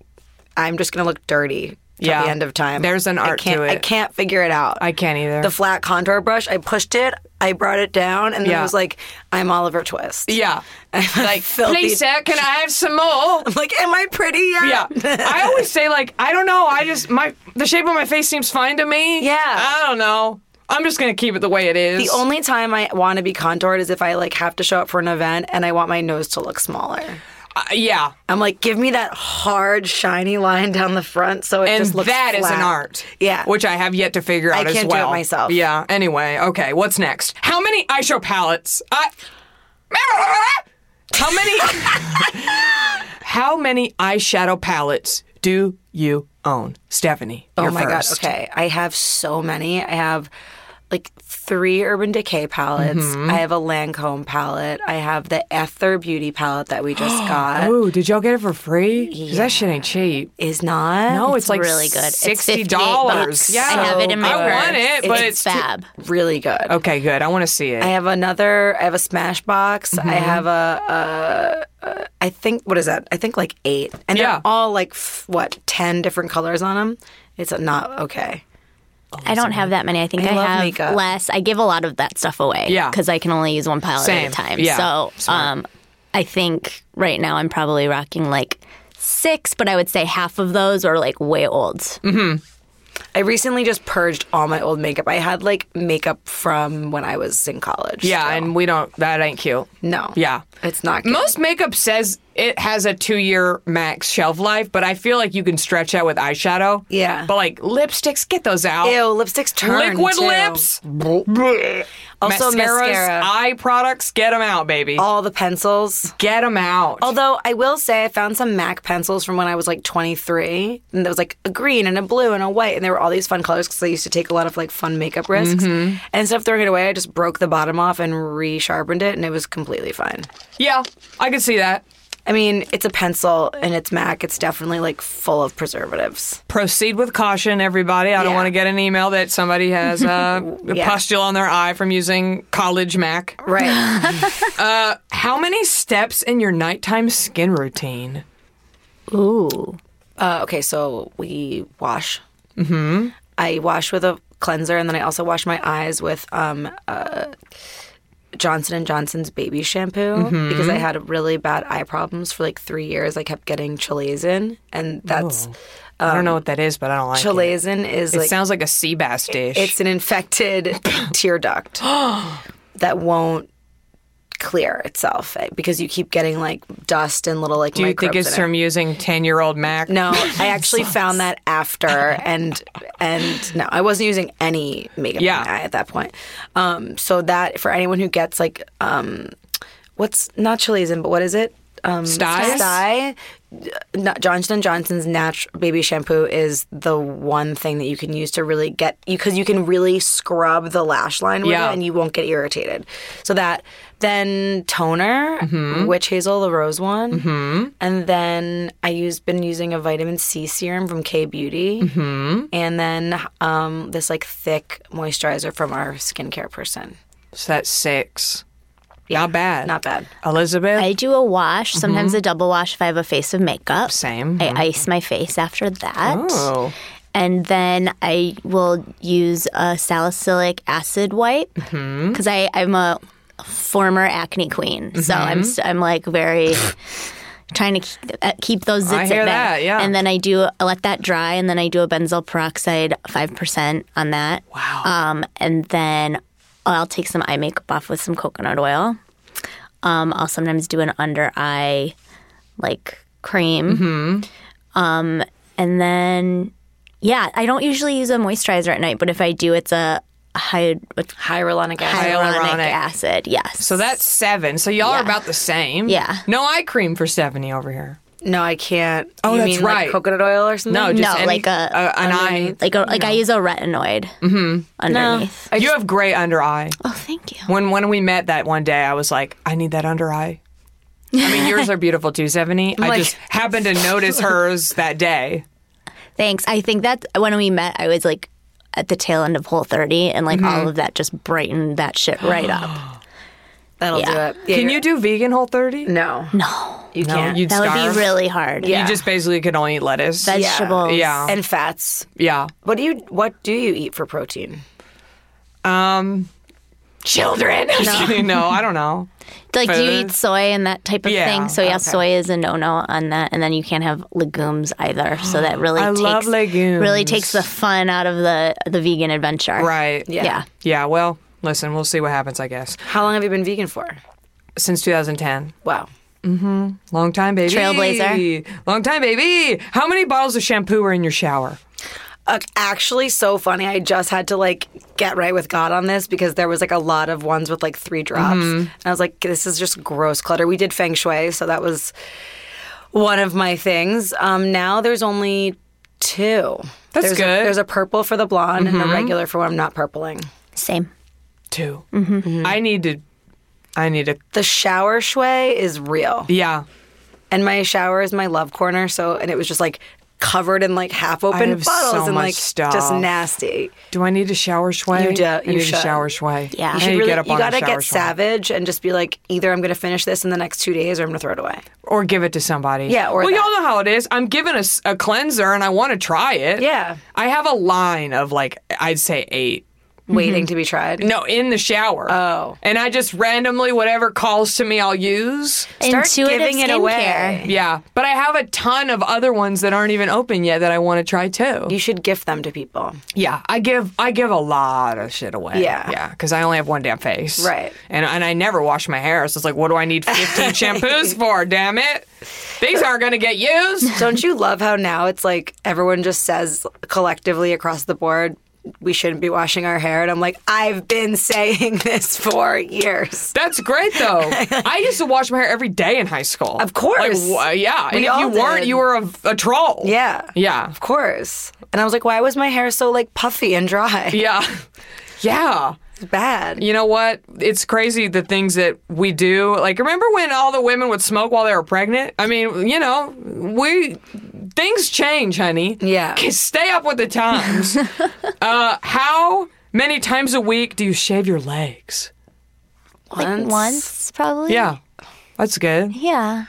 Speaker 4: I'm just gonna look dirty. till
Speaker 2: Yeah.
Speaker 4: the end of time.
Speaker 2: There's an art
Speaker 4: I can't,
Speaker 2: to
Speaker 4: I
Speaker 2: it.
Speaker 4: can't figure it out.
Speaker 2: I can't either.
Speaker 4: The flat contour brush. I pushed it. I brought it down, and then
Speaker 2: Yeah.
Speaker 4: I was like, "I'm Oliver Twist."
Speaker 2: yeah. Like, *laughs*
Speaker 4: filthy-
Speaker 2: please, sir, can I have some
Speaker 4: *laughs*
Speaker 2: more?
Speaker 4: I'm *laughs* like, "Am I pretty yet?"
Speaker 2: Yeah,
Speaker 4: *laughs*
Speaker 2: I always say like I don't know. I just my the shape of my face seems fine to me.
Speaker 4: Yeah.
Speaker 2: I don't know. I'm just gonna keep it the way it is.
Speaker 4: The only time I want to be contoured is if I like have to show up for an event and I want my nose to look smaller.
Speaker 2: Uh, yeah,
Speaker 4: I'm like, give me that hard, shiny line down the front so it
Speaker 2: and
Speaker 4: just looks
Speaker 2: that is an
Speaker 4: flat."
Speaker 2: art.
Speaker 4: Yeah.
Speaker 2: which I have yet to figure out.
Speaker 4: I
Speaker 2: as
Speaker 4: can't do it
Speaker 2: well.
Speaker 4: myself.
Speaker 2: Yeah. Anyway, okay. What's next? How many eyeshadow palettes? I... *laughs* How many? *laughs* How many eyeshadow palettes do you own, Stephanie?
Speaker 4: oh
Speaker 2: you're
Speaker 4: my
Speaker 2: first.
Speaker 4: god. Okay, I have so many. I have like three Urban Decay palettes.
Speaker 2: Mm-hmm.
Speaker 4: I have a Lancome palette. I have the Ether Beauty palette that
Speaker 2: *gasps*
Speaker 4: we just got.
Speaker 2: Ooh, did y'all get it for free? 'Cause that shit ain't cheap.
Speaker 4: Is not
Speaker 2: No, it's, like
Speaker 5: really good. It's
Speaker 2: Sixty
Speaker 5: $58 bucks.
Speaker 2: dollars. Yeah,
Speaker 5: I have it in my
Speaker 2: I
Speaker 5: purse.
Speaker 2: want it, but it's, too-
Speaker 5: fab.
Speaker 4: really good.
Speaker 2: okay. Good. I want to see it.
Speaker 4: I have another. I have a Smash box.
Speaker 2: Mm-hmm.
Speaker 4: I have a, uh, uh, I think what is that? I think like eight, and
Speaker 2: Yeah.
Speaker 4: they're all like f- what ten different colors on them. It's not okay.
Speaker 5: I don't have that many. I think I,
Speaker 4: I love
Speaker 5: have
Speaker 4: makeup.
Speaker 5: less. I give a lot of that stuff away.
Speaker 2: Yeah.
Speaker 5: Because I can only use one palette
Speaker 2: Same.
Speaker 5: at a time.
Speaker 2: Yeah.
Speaker 5: So um, I think right now I'm probably rocking like six, but I would say half of those are like way old.
Speaker 2: Mm-hmm.
Speaker 4: I recently just purged all my old makeup. I had like makeup from when I was in college.
Speaker 2: yeah,
Speaker 4: still.
Speaker 2: and we don't. That ain't cute.
Speaker 4: no,
Speaker 2: Yeah.
Speaker 4: it's not good.
Speaker 2: Most makeup says it has a two-year max shelf life, but I feel like you can stretch out with eyeshadow.
Speaker 4: Yeah.
Speaker 2: But like lipsticks, get those out.
Speaker 4: Ew, lipsticks turn
Speaker 2: Liquid
Speaker 4: too.
Speaker 2: lips.
Speaker 4: Also
Speaker 2: Mascaras,
Speaker 4: mascara.
Speaker 2: eye products, get them out, baby.
Speaker 4: All the pencils.
Speaker 2: Get them out.
Speaker 4: Although I will say, I found some MAC pencils from when I was like 23, and there was like a green and a blue and a white, and there were all these fun colors because I used to take a lot of like fun makeup risks. And instead of throwing it away, I just broke the bottom off and resharpened it, and it was completely fine.
Speaker 2: yeah, I can see that.
Speaker 4: I mean, it's a pencil and it's MAC. It's definitely like full of preservatives.
Speaker 2: Proceed with caution, everybody. I don't
Speaker 4: Yeah.
Speaker 2: want to get an email that somebody has
Speaker 4: *laughs*
Speaker 2: uh, a
Speaker 4: Yeah.
Speaker 2: pustule on their eye from using college Mac.
Speaker 4: Right.
Speaker 2: How many steps in your nighttime skin routine?
Speaker 5: Ooh.
Speaker 4: uh, okay, so we wash. Mm-hmm. I wash with a cleanser, and then I also wash my eyes with um, Johnson and Johnson's baby shampoo
Speaker 2: Mm-hmm.
Speaker 4: because I had really bad eye problems for like three years. I kept getting chilazin, and that's
Speaker 2: Oh, I don't know what that is, but I don't like it.
Speaker 4: chilazin is
Speaker 2: It
Speaker 4: Um, like
Speaker 2: sounds like a sea bass dish.
Speaker 4: it's an
Speaker 2: *coughs*
Speaker 4: infected
Speaker 2: *gasps*
Speaker 4: tear duct that won't clear itself eh, because you keep getting like dust and little like.
Speaker 2: Do you think it's
Speaker 4: microbes in it.
Speaker 2: from using ten-year-old Mac?
Speaker 4: No, I actually found that after, and and no, I wasn't using any makeup
Speaker 2: Yeah.
Speaker 4: on my eye at that point. Um, so that for anyone who gets like, um, what's not chilazin, but what is it? Um,
Speaker 2: Styes?
Speaker 4: Stye. Not Johnson and Johnson's natural baby shampoo is the one thing that you can use to really get because you can really scrub the lash line with
Speaker 2: Yeah.
Speaker 4: it and you won't get irritated. So that then toner,
Speaker 2: Mm-hmm.
Speaker 4: witch hazel, the rose one, and then I use been using a vitamin C serum from K Beauty,
Speaker 2: Mm-hmm.
Speaker 4: and then um, this like thick moisturizer from our skincare person.
Speaker 2: So that's six. not bad.
Speaker 4: Not bad.
Speaker 2: Elizabeth,
Speaker 5: I do a wash, sometimes
Speaker 2: Mm-hmm.
Speaker 5: a double wash if I have a face of makeup.
Speaker 2: same.
Speaker 5: I ice my face after that.
Speaker 2: Mm-hmm. Oh.
Speaker 5: And then
Speaker 2: Mm-hmm.
Speaker 5: I will use a salicylic acid wipe because I I'm a former acne queen. So
Speaker 2: Mm-hmm.
Speaker 5: I'm st- I'm like very trying to keep, uh, keep those zits
Speaker 2: I hear
Speaker 5: at bay.
Speaker 2: that, yeah.
Speaker 5: And then I do I let that dry, and then I do a benzyl peroxide five percent on that.
Speaker 2: Wow.
Speaker 5: Um, and then I'll take some eye makeup off with some coconut oil. Um, I'll sometimes do an under eye like cream. Um,
Speaker 2: Mm-hmm.
Speaker 5: and then yeah, I don't usually use a moisturizer at night, but if I do, it's a hy- what's-
Speaker 4: Hyaluronic acid.
Speaker 5: hyaluronic
Speaker 2: Hyaluronic.
Speaker 5: acid. Yes.
Speaker 2: So that's seven. So y'all are about the same.
Speaker 5: Yeah.
Speaker 2: No eye cream for 70 over here.
Speaker 4: No, I can't.
Speaker 2: Oh,
Speaker 4: you
Speaker 2: that's
Speaker 4: mean
Speaker 2: right.
Speaker 4: Like coconut oil or something?
Speaker 2: No, just
Speaker 5: no,
Speaker 2: any-
Speaker 5: like a,
Speaker 2: a- an eye. Mm-hmm.
Speaker 5: underneath- like a, like I use a retinoid underneath.
Speaker 2: you have gray under eye.
Speaker 5: Oh, thank you.
Speaker 2: When when we met that one day, I was like, I need that under eye. I
Speaker 4: *laughs*
Speaker 2: mean, yours are beautiful too, 70. I
Speaker 4: like-
Speaker 2: just happened to
Speaker 4: *laughs*
Speaker 2: notice hers that day.
Speaker 5: Thanks. I think that when we met, I was like at the tail end of Whole 30, and like
Speaker 2: Mm-hmm.
Speaker 5: all of that just brightened that shit
Speaker 2: *gasps*
Speaker 5: right up.
Speaker 4: That'll
Speaker 5: Yeah.
Speaker 4: do it. Yeah,
Speaker 2: Can
Speaker 4: you're-
Speaker 2: you do vegan whole 30?
Speaker 4: No. No. You can't.
Speaker 2: you'd
Speaker 5: That
Speaker 2: starve.
Speaker 5: would be really hard.
Speaker 4: Yeah.
Speaker 2: You just basically could only eat lettuce.
Speaker 5: Vegetables.
Speaker 2: yeah.
Speaker 4: and fats.
Speaker 2: yeah.
Speaker 4: What do you what do you eat for protein?
Speaker 2: Um,
Speaker 4: Children.
Speaker 2: *laughs* no. I don't know.
Speaker 5: Like, do you eat
Speaker 2: Foods.
Speaker 5: soy and that type of
Speaker 2: Yeah.
Speaker 5: thing? So, yeah, soy is a no no on that. And then you can't have legumes either.
Speaker 2: *gasps*
Speaker 5: So, that really
Speaker 2: I
Speaker 5: takes,
Speaker 2: love legumes.
Speaker 5: really takes the fun out of the, the vegan adventure.
Speaker 2: Right.
Speaker 4: Yeah.
Speaker 5: yeah.
Speaker 2: Yeah, well, listen, we'll see what happens, I guess.
Speaker 4: How long have you been vegan for?
Speaker 2: Since 2010.
Speaker 4: Wow.
Speaker 2: Long time, baby.
Speaker 5: Trailblazer.
Speaker 2: Long time, baby. How many bottles of shampoo are in your shower?
Speaker 4: Uh, actually, so funny. I just had to like get right with God on this because there was like a lot of ones with like three drops, and I was like, "This is just gross clutter." We did feng shui, so that was one of my things. Um, now there's only two.
Speaker 2: That's
Speaker 4: there's A,
Speaker 2: good.
Speaker 4: there's a purple for the blonde and a regular for when I'm not purpling.
Speaker 5: Same.
Speaker 2: 2
Speaker 4: Mm-hmm.
Speaker 2: Mm-hmm. I need to. I need to.
Speaker 4: The shower shui is real.
Speaker 2: Yeah.
Speaker 4: and my shower is my love corner. So, and it was just like covered in like half open
Speaker 2: have
Speaker 4: bottles
Speaker 2: so
Speaker 4: and
Speaker 2: much
Speaker 4: like
Speaker 2: stuff.
Speaker 4: just nasty.
Speaker 2: Do I need a shower sway?
Speaker 4: You do-
Speaker 2: I
Speaker 4: you
Speaker 2: need
Speaker 4: should.
Speaker 2: a shower sway. I
Speaker 4: You
Speaker 5: Yeah. You
Speaker 2: need
Speaker 4: should
Speaker 2: to
Speaker 4: really,
Speaker 2: get up
Speaker 4: you
Speaker 2: on
Speaker 4: gotta
Speaker 2: a shower
Speaker 4: get
Speaker 2: sway.
Speaker 4: savage and just be like, either I'm gonna finish this in the next two days or I'm gonna throw it away.
Speaker 2: Or give it to somebody.
Speaker 4: Yeah, or
Speaker 2: well,
Speaker 4: that.
Speaker 2: y'all know how it is. I'm given a, s- a cleanser and I want to try it.
Speaker 4: Yeah.
Speaker 2: I have a line of like, I'd say eight.
Speaker 4: Waiting to be tried.
Speaker 2: Mm-hmm. No, in the shower.
Speaker 4: Oh.
Speaker 2: And I just randomly, whatever calls to me, I'll use.
Speaker 4: Start
Speaker 5: Intuitive
Speaker 4: giving it
Speaker 5: skincare.
Speaker 4: away.
Speaker 2: Yeah. But I have a ton of other ones that aren't even open yet that I want to try too.
Speaker 4: You should gift them to people.
Speaker 2: Yeah, I give I give a lot of shit away.
Speaker 4: Yeah.
Speaker 2: yeah, because I only have one damn face.
Speaker 4: Right.
Speaker 2: and and I never wash my hair, so it's like, what do I need
Speaker 4: *laughs*
Speaker 2: fifteen shampoos for? Damn it, these aren't gonna get used.
Speaker 4: Don't you love how now it's like everyone just says collectively across the board, we shouldn't be washing our hair? And I'm like, I've been saying *laughs* this for years.
Speaker 2: That's great though.
Speaker 4: *laughs*
Speaker 2: I used to wash my hair every day in high school.
Speaker 4: Of course.
Speaker 2: Like, wha- yeah.
Speaker 4: We
Speaker 2: and if
Speaker 4: all
Speaker 2: you weren't,
Speaker 4: did.
Speaker 2: you were a, a troll.
Speaker 4: Yeah.
Speaker 2: yeah,
Speaker 4: Of course. And I was like, why was my hair so like puffy and dry?
Speaker 2: *laughs* yeah, yeah.
Speaker 4: It's bad.
Speaker 2: You know what? It's crazy the things that we do. Like, remember when all the women would smoke while they were pregnant? I mean, you know, we things change, honey.
Speaker 4: Yeah.
Speaker 2: Okay, Stay up with the times. uh, how many times a week do you shave your legs?
Speaker 5: Like once, probably.
Speaker 2: Yeah, that's good.
Speaker 5: Yeah.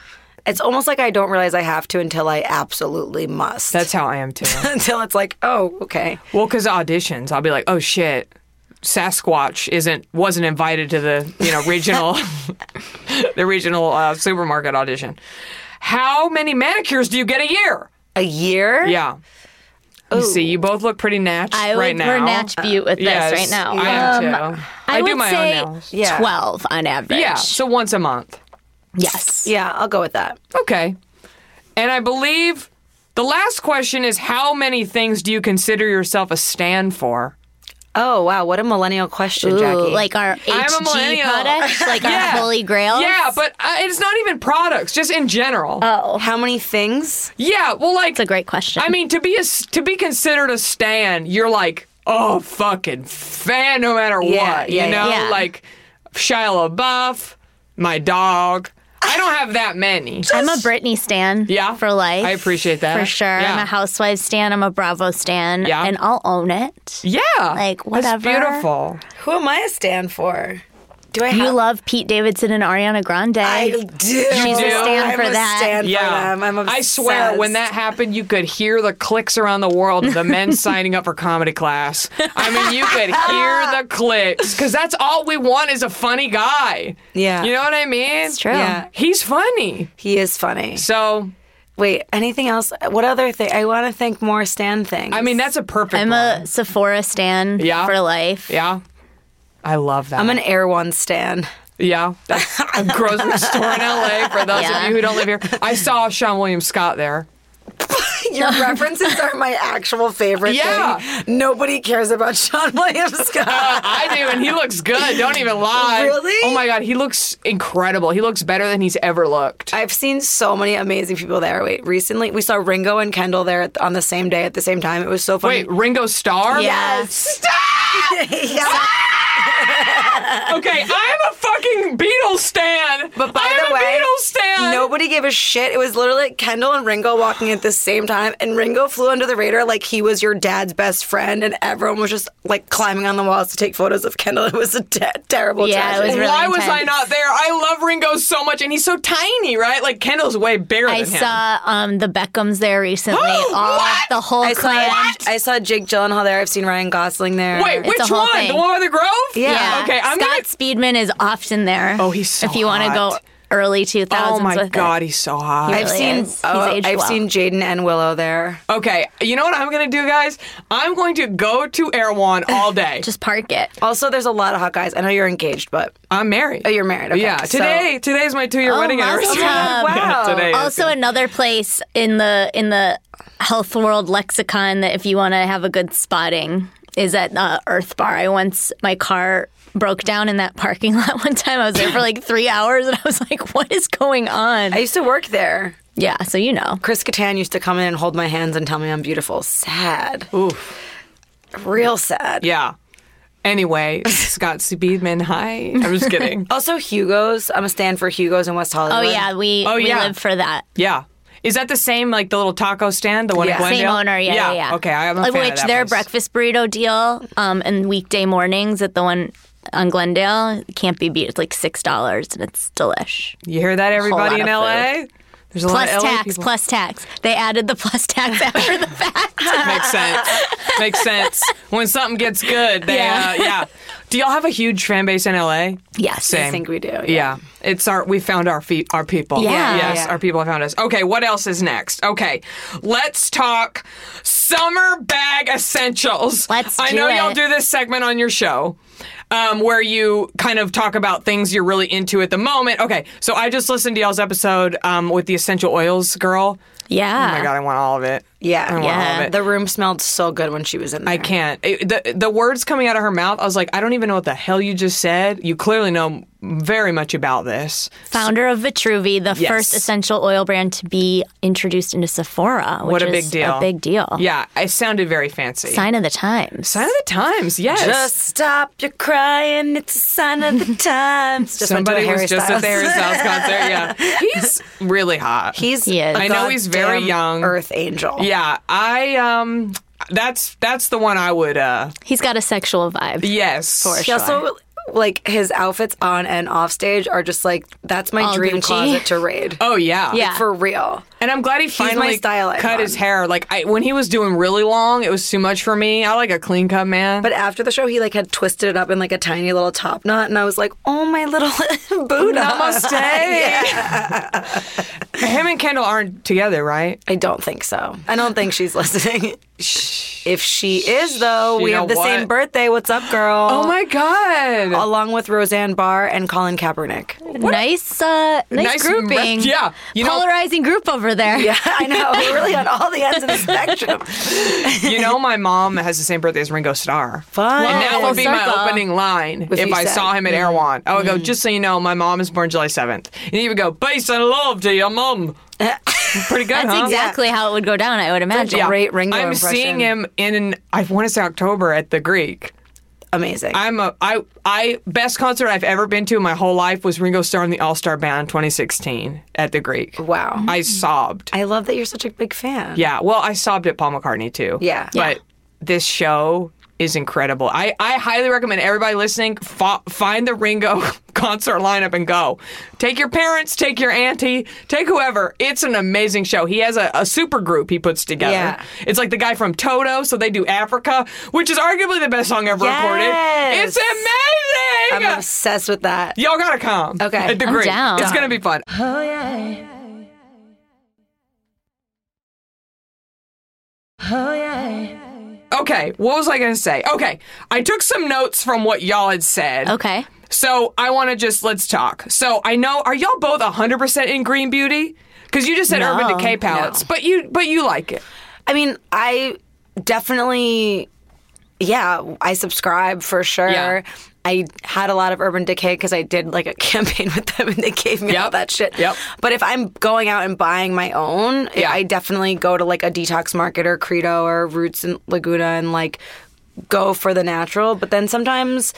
Speaker 4: It's almost like I don't realize I have to until I absolutely must.
Speaker 2: That's how I am too.
Speaker 4: *laughs* until it's like, oh, okay.
Speaker 2: well, because auditions, I'll be like, oh shit. Sasquatch isn't wasn't invited to the you know regional *laughs* the regional uh, supermarket audition. How many manicures do you get a year?
Speaker 4: A year?
Speaker 2: Yeah. You see, you both look pretty natch
Speaker 5: I
Speaker 2: right
Speaker 5: would
Speaker 2: now.
Speaker 5: we're Natch Butte with
Speaker 2: Yes,
Speaker 5: this right now. Um,
Speaker 2: I am too. I,
Speaker 5: would
Speaker 2: do my
Speaker 5: say
Speaker 2: own nails.
Speaker 4: Yeah.
Speaker 5: 12 on average.
Speaker 2: Yeah, so once a month.
Speaker 5: Yes.
Speaker 4: Yeah, I'll go with that.
Speaker 2: Okay. And I believe the last question is how many things do you consider yourself a stand for?
Speaker 4: Oh, wow. What a millennial question,
Speaker 5: Ooh,
Speaker 4: Jackie.
Speaker 5: like our
Speaker 2: I'm a
Speaker 5: HG
Speaker 2: millennial.
Speaker 5: products,
Speaker 2: *laughs*
Speaker 5: like
Speaker 2: Yeah.
Speaker 5: our holy grail.
Speaker 2: Yeah, but uh, it's not even products, just in general.
Speaker 4: how many things?
Speaker 2: yeah, well, like
Speaker 5: it's Oh. a great question.
Speaker 2: I mean, to be a, s- to be considered a stan, you're like, oh, fucking fan, no matter
Speaker 4: Yeah,
Speaker 2: what.
Speaker 4: yeah,
Speaker 2: you know,
Speaker 5: yeah.
Speaker 2: like Shia LaBeouf, my dog. I don't have that
Speaker 4: *laughs*
Speaker 2: many.
Speaker 5: I'm a Britney stan.
Speaker 2: Yeah.
Speaker 5: for life.
Speaker 2: I appreciate that.
Speaker 5: for sure. I'm
Speaker 2: Yeah.
Speaker 5: a Housewives stan. I'm a Bravo stan.
Speaker 2: Yeah.
Speaker 5: and I'll own it.
Speaker 2: yeah,
Speaker 5: Like, whatever.
Speaker 2: That's beautiful.
Speaker 4: Who am I a stand for? Do I
Speaker 5: You
Speaker 4: have-
Speaker 5: love Pete Davidson and Ariana Grande.
Speaker 4: I do. She's
Speaker 5: a stand
Speaker 4: I'm
Speaker 5: for
Speaker 4: a
Speaker 5: that.
Speaker 4: Stand for
Speaker 2: Yeah,
Speaker 4: them. I'm obsessed.
Speaker 2: I swear, when that happened, you could hear the clicks around the world of the
Speaker 4: *laughs*
Speaker 2: men signing up for comedy class. I mean, you could hear the clicks because that's all we want is a funny guy.
Speaker 4: Yeah.
Speaker 2: you know what I mean. It's
Speaker 5: true.
Speaker 4: Yeah.
Speaker 2: he's funny.
Speaker 4: he is funny.
Speaker 2: So
Speaker 4: Wait, anything else? What other thing? I want to think more Stan things.
Speaker 2: I mean, that's a perfect.
Speaker 5: I'm
Speaker 2: one.
Speaker 5: a Sephora stan
Speaker 2: Yeah.
Speaker 5: for life.
Speaker 2: yeah. I love that.
Speaker 4: I'm an Air One Stan.
Speaker 2: yeah, that's
Speaker 4: *laughs*
Speaker 2: a grocery store in LA. For those
Speaker 5: Yeah.
Speaker 2: of you who don't live here, I saw Sean William Scott there.
Speaker 4: Your references are my actual favorite
Speaker 2: Yeah.
Speaker 4: thing. Nobody cares about *laughs* Sean William Scott.
Speaker 2: I do, and he looks good. Don't even lie.
Speaker 4: Really?
Speaker 2: Oh my god, he looks incredible. He looks better than he's ever looked.
Speaker 4: I've seen so many amazing people there. Wait, recently we saw Ringo and Kendall there at, on the same day at the same time. It was so funny.
Speaker 2: Wait, Ringo Starr?
Speaker 5: Yes.
Speaker 4: *laughs*
Speaker 5: *laughs*
Speaker 4: yeah.
Speaker 2: *laughs* Okay, I'm a fucking Beatles stan.
Speaker 4: But by
Speaker 2: I'm
Speaker 4: the
Speaker 2: a
Speaker 4: way,
Speaker 2: Beatles stan.
Speaker 4: nobody gave a shit. It was literally Kendall and Ringo walking at the same time, and Ringo flew under the radar like he was your dad's best friend, and everyone was just like climbing on the walls to take photos of Kendall. It was a te- terrible
Speaker 5: Yeah, it
Speaker 4: tragedy.
Speaker 5: was really
Speaker 2: Why was I
Speaker 5: intense.
Speaker 2: not there? I love Ringo so much, and he's so tiny, right? Like Kendall's way bigger
Speaker 5: I
Speaker 2: than him.
Speaker 5: saw um, the Beckhams
Speaker 2: *gasps*
Speaker 5: there recently.
Speaker 2: Oh,
Speaker 5: All
Speaker 2: what?
Speaker 5: the whole
Speaker 4: I saw
Speaker 5: clan.
Speaker 4: I saw Jake Gyllenhaal there. I've seen Ryan Gosling there.
Speaker 2: Wait,
Speaker 5: a
Speaker 2: which
Speaker 5: whole
Speaker 2: one? The
Speaker 5: thing.
Speaker 2: one by the Grove?
Speaker 4: Yeah.
Speaker 5: Yeah.
Speaker 2: Okay, I'm
Speaker 5: Scott
Speaker 2: gonna.
Speaker 5: Speedman is often there.
Speaker 2: Oh, he's so
Speaker 5: If you want to go
Speaker 2: hot.
Speaker 5: early 2000s.
Speaker 2: Oh my
Speaker 5: with it.
Speaker 2: god, he's so hot.
Speaker 4: I've
Speaker 5: really
Speaker 4: seen
Speaker 5: is. He's
Speaker 4: oh,
Speaker 5: aged
Speaker 4: I've
Speaker 5: well.
Speaker 4: seen Jaden and Willow there.
Speaker 2: Okay, you know what I'm gonna do, guys? I'm going to go to Erewhon
Speaker 5: *laughs*
Speaker 2: all day.
Speaker 5: Just park it.
Speaker 4: Also, there's a lot of hot guys. I know you're engaged, but
Speaker 2: I'm married.
Speaker 4: oh, you're married. Okay,
Speaker 2: yeah,
Speaker 4: so-
Speaker 2: today today's my two year
Speaker 5: Oh,
Speaker 2: wedding
Speaker 5: Mazel *laughs*
Speaker 2: anniversary.
Speaker 5: Tov.
Speaker 2: Yeah,
Speaker 4: Wow.
Speaker 2: today. is.
Speaker 5: Also, another place in the in the health world lexicon that if you want to have a good spotting is at uh, Earth Bar. I once my car broke down in that parking *laughs* lot one time. I was there for like three hours, and I was like, "What is going on?"
Speaker 4: I used to work there.
Speaker 5: yeah, so you know,
Speaker 4: Chris Kattan used to come in and hold my hands and tell me I'm beautiful. Sad. Real sad.
Speaker 2: Yeah.
Speaker 5: *laughs*
Speaker 2: Anyway, Scott Speedman, hi. I'm just kidding.
Speaker 4: Also, Hugo's. I'm a stand for Hugo's in West Hollywood.
Speaker 5: oh yeah, we
Speaker 2: Oh,
Speaker 5: we
Speaker 2: yeah.
Speaker 5: live for that.
Speaker 2: yeah. Is that the same, like the little taco stand, the one
Speaker 4: Yeah.
Speaker 2: in Glendale?
Speaker 5: Same owner, yeah, yeah, yeah.
Speaker 2: Okay, I'm a
Speaker 5: Of
Speaker 2: fan of
Speaker 5: which
Speaker 2: that
Speaker 5: their
Speaker 2: place.
Speaker 5: breakfast burrito deal um, and weekday mornings at the one on Glendale can't be beat. It's like six dollars, and it's delish.
Speaker 2: You hear that, everybody
Speaker 5: lot
Speaker 2: in
Speaker 5: of
Speaker 2: LA? There's a
Speaker 5: Plus
Speaker 2: lot of LA
Speaker 5: tax,
Speaker 2: people.
Speaker 5: plus tax. They added the plus tax *laughs* after the
Speaker 2: *laughs*
Speaker 5: fact.
Speaker 2: Makes sense. Makes sense. When something gets good, they, yeah.
Speaker 5: Yeah.
Speaker 2: Uh, yeah. Do y'all have a huge fan base in LA?
Speaker 5: Yes.
Speaker 2: Same.
Speaker 4: I think we do. Yeah.
Speaker 2: Yeah, it's our we found our feet, our people.
Speaker 5: Yeah.
Speaker 2: yes,
Speaker 4: Yeah.
Speaker 2: our people have found us. Okay, what else is next? Okay, let's talk summer bag essentials.
Speaker 5: Let's
Speaker 2: I
Speaker 5: do
Speaker 2: know y'all
Speaker 5: it.
Speaker 2: do this segment on your show. Um, where you kind of talk about things you're really into at the moment. Okay, so I just listened to y'all's episode um, with the essential oils girl.
Speaker 5: Yeah.
Speaker 2: Oh my god, I want all of it. I
Speaker 4: Yeah.
Speaker 2: want all of
Speaker 5: Uh-huh. Yeah.
Speaker 2: it.
Speaker 4: The room smelled so good when she was in there.
Speaker 2: I can't. It- the The words coming out of her mouth, I was like, I don't even know what the hell you just said. You clearly know very much about this.
Speaker 5: Founder of Vitruvi, the
Speaker 2: Yes.
Speaker 5: first essential oil brand to be introduced into Sephora. Which
Speaker 2: What a
Speaker 5: is
Speaker 2: big deal.
Speaker 5: A big deal.
Speaker 2: Yeah, it sounded very fancy.
Speaker 5: Sign of the times.
Speaker 2: Sign of the times, yes.
Speaker 4: Just stop your crying. It's a sign
Speaker 2: *laughs*
Speaker 4: of the times. Just went to a
Speaker 2: Somebody
Speaker 4: Harry
Speaker 2: was just at
Speaker 4: Styles.
Speaker 2: the
Speaker 4: *laughs*
Speaker 2: Harry Styles concert. Yeah, he's really hot.
Speaker 4: He's.
Speaker 5: He is.
Speaker 4: a
Speaker 5: I
Speaker 2: know he's very
Speaker 4: goddamn
Speaker 2: young.
Speaker 4: Earth angel.
Speaker 2: yeah. I um, that's that's the one I would. uh
Speaker 5: He's got a sexual vibe.
Speaker 2: Yes,
Speaker 5: For
Speaker 4: He
Speaker 5: sure.
Speaker 4: also. Like his outfits on and off stage are just like that's my
Speaker 5: All
Speaker 4: dream
Speaker 5: Gucci.
Speaker 4: closet to raid.
Speaker 2: Oh *laughs* yeah,
Speaker 5: Yeah.
Speaker 4: for real.
Speaker 2: And I'm glad he
Speaker 4: my
Speaker 2: finally
Speaker 4: style
Speaker 2: cut
Speaker 4: icon.
Speaker 2: his hair. Like I, when he was doing really long, it was too much for me. I like a clean cut man.
Speaker 4: But after the show, he like had twisted it up in like a tiny little top knot, and I was like, "Oh my little *laughs* Buddha!" *laughs*
Speaker 2: Namaste. Him and Kendall aren't together, right?
Speaker 4: I don't think so. I don't think she's
Speaker 2: *laughs*
Speaker 4: listening. if she is, though,
Speaker 2: You
Speaker 4: we
Speaker 2: know
Speaker 4: have the
Speaker 2: what?
Speaker 4: same birthday. What's up, girl?
Speaker 2: Oh my god.
Speaker 4: Along with Roseanne Barr and Colin Kaepernick.
Speaker 5: Nice, uh, nice,
Speaker 2: Nice
Speaker 5: grouping.
Speaker 2: rep- yeah. You know-
Speaker 5: Polarizing group over there.
Speaker 4: Yeah, I know. *laughs* We're really on all
Speaker 2: *laughs*
Speaker 4: the ends of the spectrum.
Speaker 2: You know, my mom has the same birthday as Ringo Starr.
Speaker 4: Fun.
Speaker 2: And that
Speaker 5: Wow.
Speaker 2: would be my
Speaker 5: Circle.
Speaker 2: opening line if,
Speaker 4: you
Speaker 2: I
Speaker 4: said. Mm-hmm.
Speaker 2: saw him at Erewhon. I would go, just so you know, my mom is born July 7th. And he would go, peace and love to your
Speaker 4: *laughs*
Speaker 2: mom. Pretty good,
Speaker 5: That's
Speaker 2: huh?
Speaker 5: exactly how it would go down, I would imagine.
Speaker 4: Yeah. great Ringo
Speaker 2: I'm
Speaker 4: impression.
Speaker 2: seeing him in, I want to say October at the Greek.
Speaker 4: Amazing.
Speaker 2: I'm a, I, I, best concert I've ever been to in my whole life was Ringo Starr and the All Star Band in 2016 at the Greek.
Speaker 4: wow. I,
Speaker 2: I sobbed.
Speaker 4: love that you're such a big fan.
Speaker 2: Yeah. Well, I sobbed at Paul McCartney too.
Speaker 4: Yeah.
Speaker 2: But this show is incredible. I, I highly recommend everybody listening fo- find the Ringo *laughs* concert lineup and go. Take your parents, take your auntie, take whoever. It's an amazing show. He has a, a super group he puts together.
Speaker 4: Yeah.
Speaker 2: It's like the guy from Toto, so they do Africa, which is arguably the best song ever recorded.
Speaker 4: Yes.
Speaker 2: It's amazing.
Speaker 4: *laughs* I'm obsessed with that.
Speaker 2: Y'all gotta come.
Speaker 4: Okay. Oh,
Speaker 2: At the
Speaker 5: I'm
Speaker 2: Greek.
Speaker 5: down.
Speaker 2: It's gonna be fun.
Speaker 4: Oh,
Speaker 2: Okay, what was I gonna say? Okay, I took some notes from what y'all had said.
Speaker 5: Okay.
Speaker 2: So I wanna just, let's talk. So I know, are y'all both 100% in Green Beauty? Because you just said
Speaker 5: No,
Speaker 2: Urban Decay palettes,
Speaker 4: no.
Speaker 2: but you but you like it.
Speaker 4: I mean, I definitely, yeah, I subscribe for sure.
Speaker 2: Yeah.
Speaker 4: I had a lot of Urban Decay because I did like a *laughs* campaign with them and they gave me all
Speaker 2: Yep.
Speaker 4: that shit.
Speaker 2: Yep.
Speaker 4: But if I'm going out and buying my own,
Speaker 2: Yeah.
Speaker 4: I definitely go to like a detox market or Credo or Roots and Laguna and like go for the natural. But then sometimes.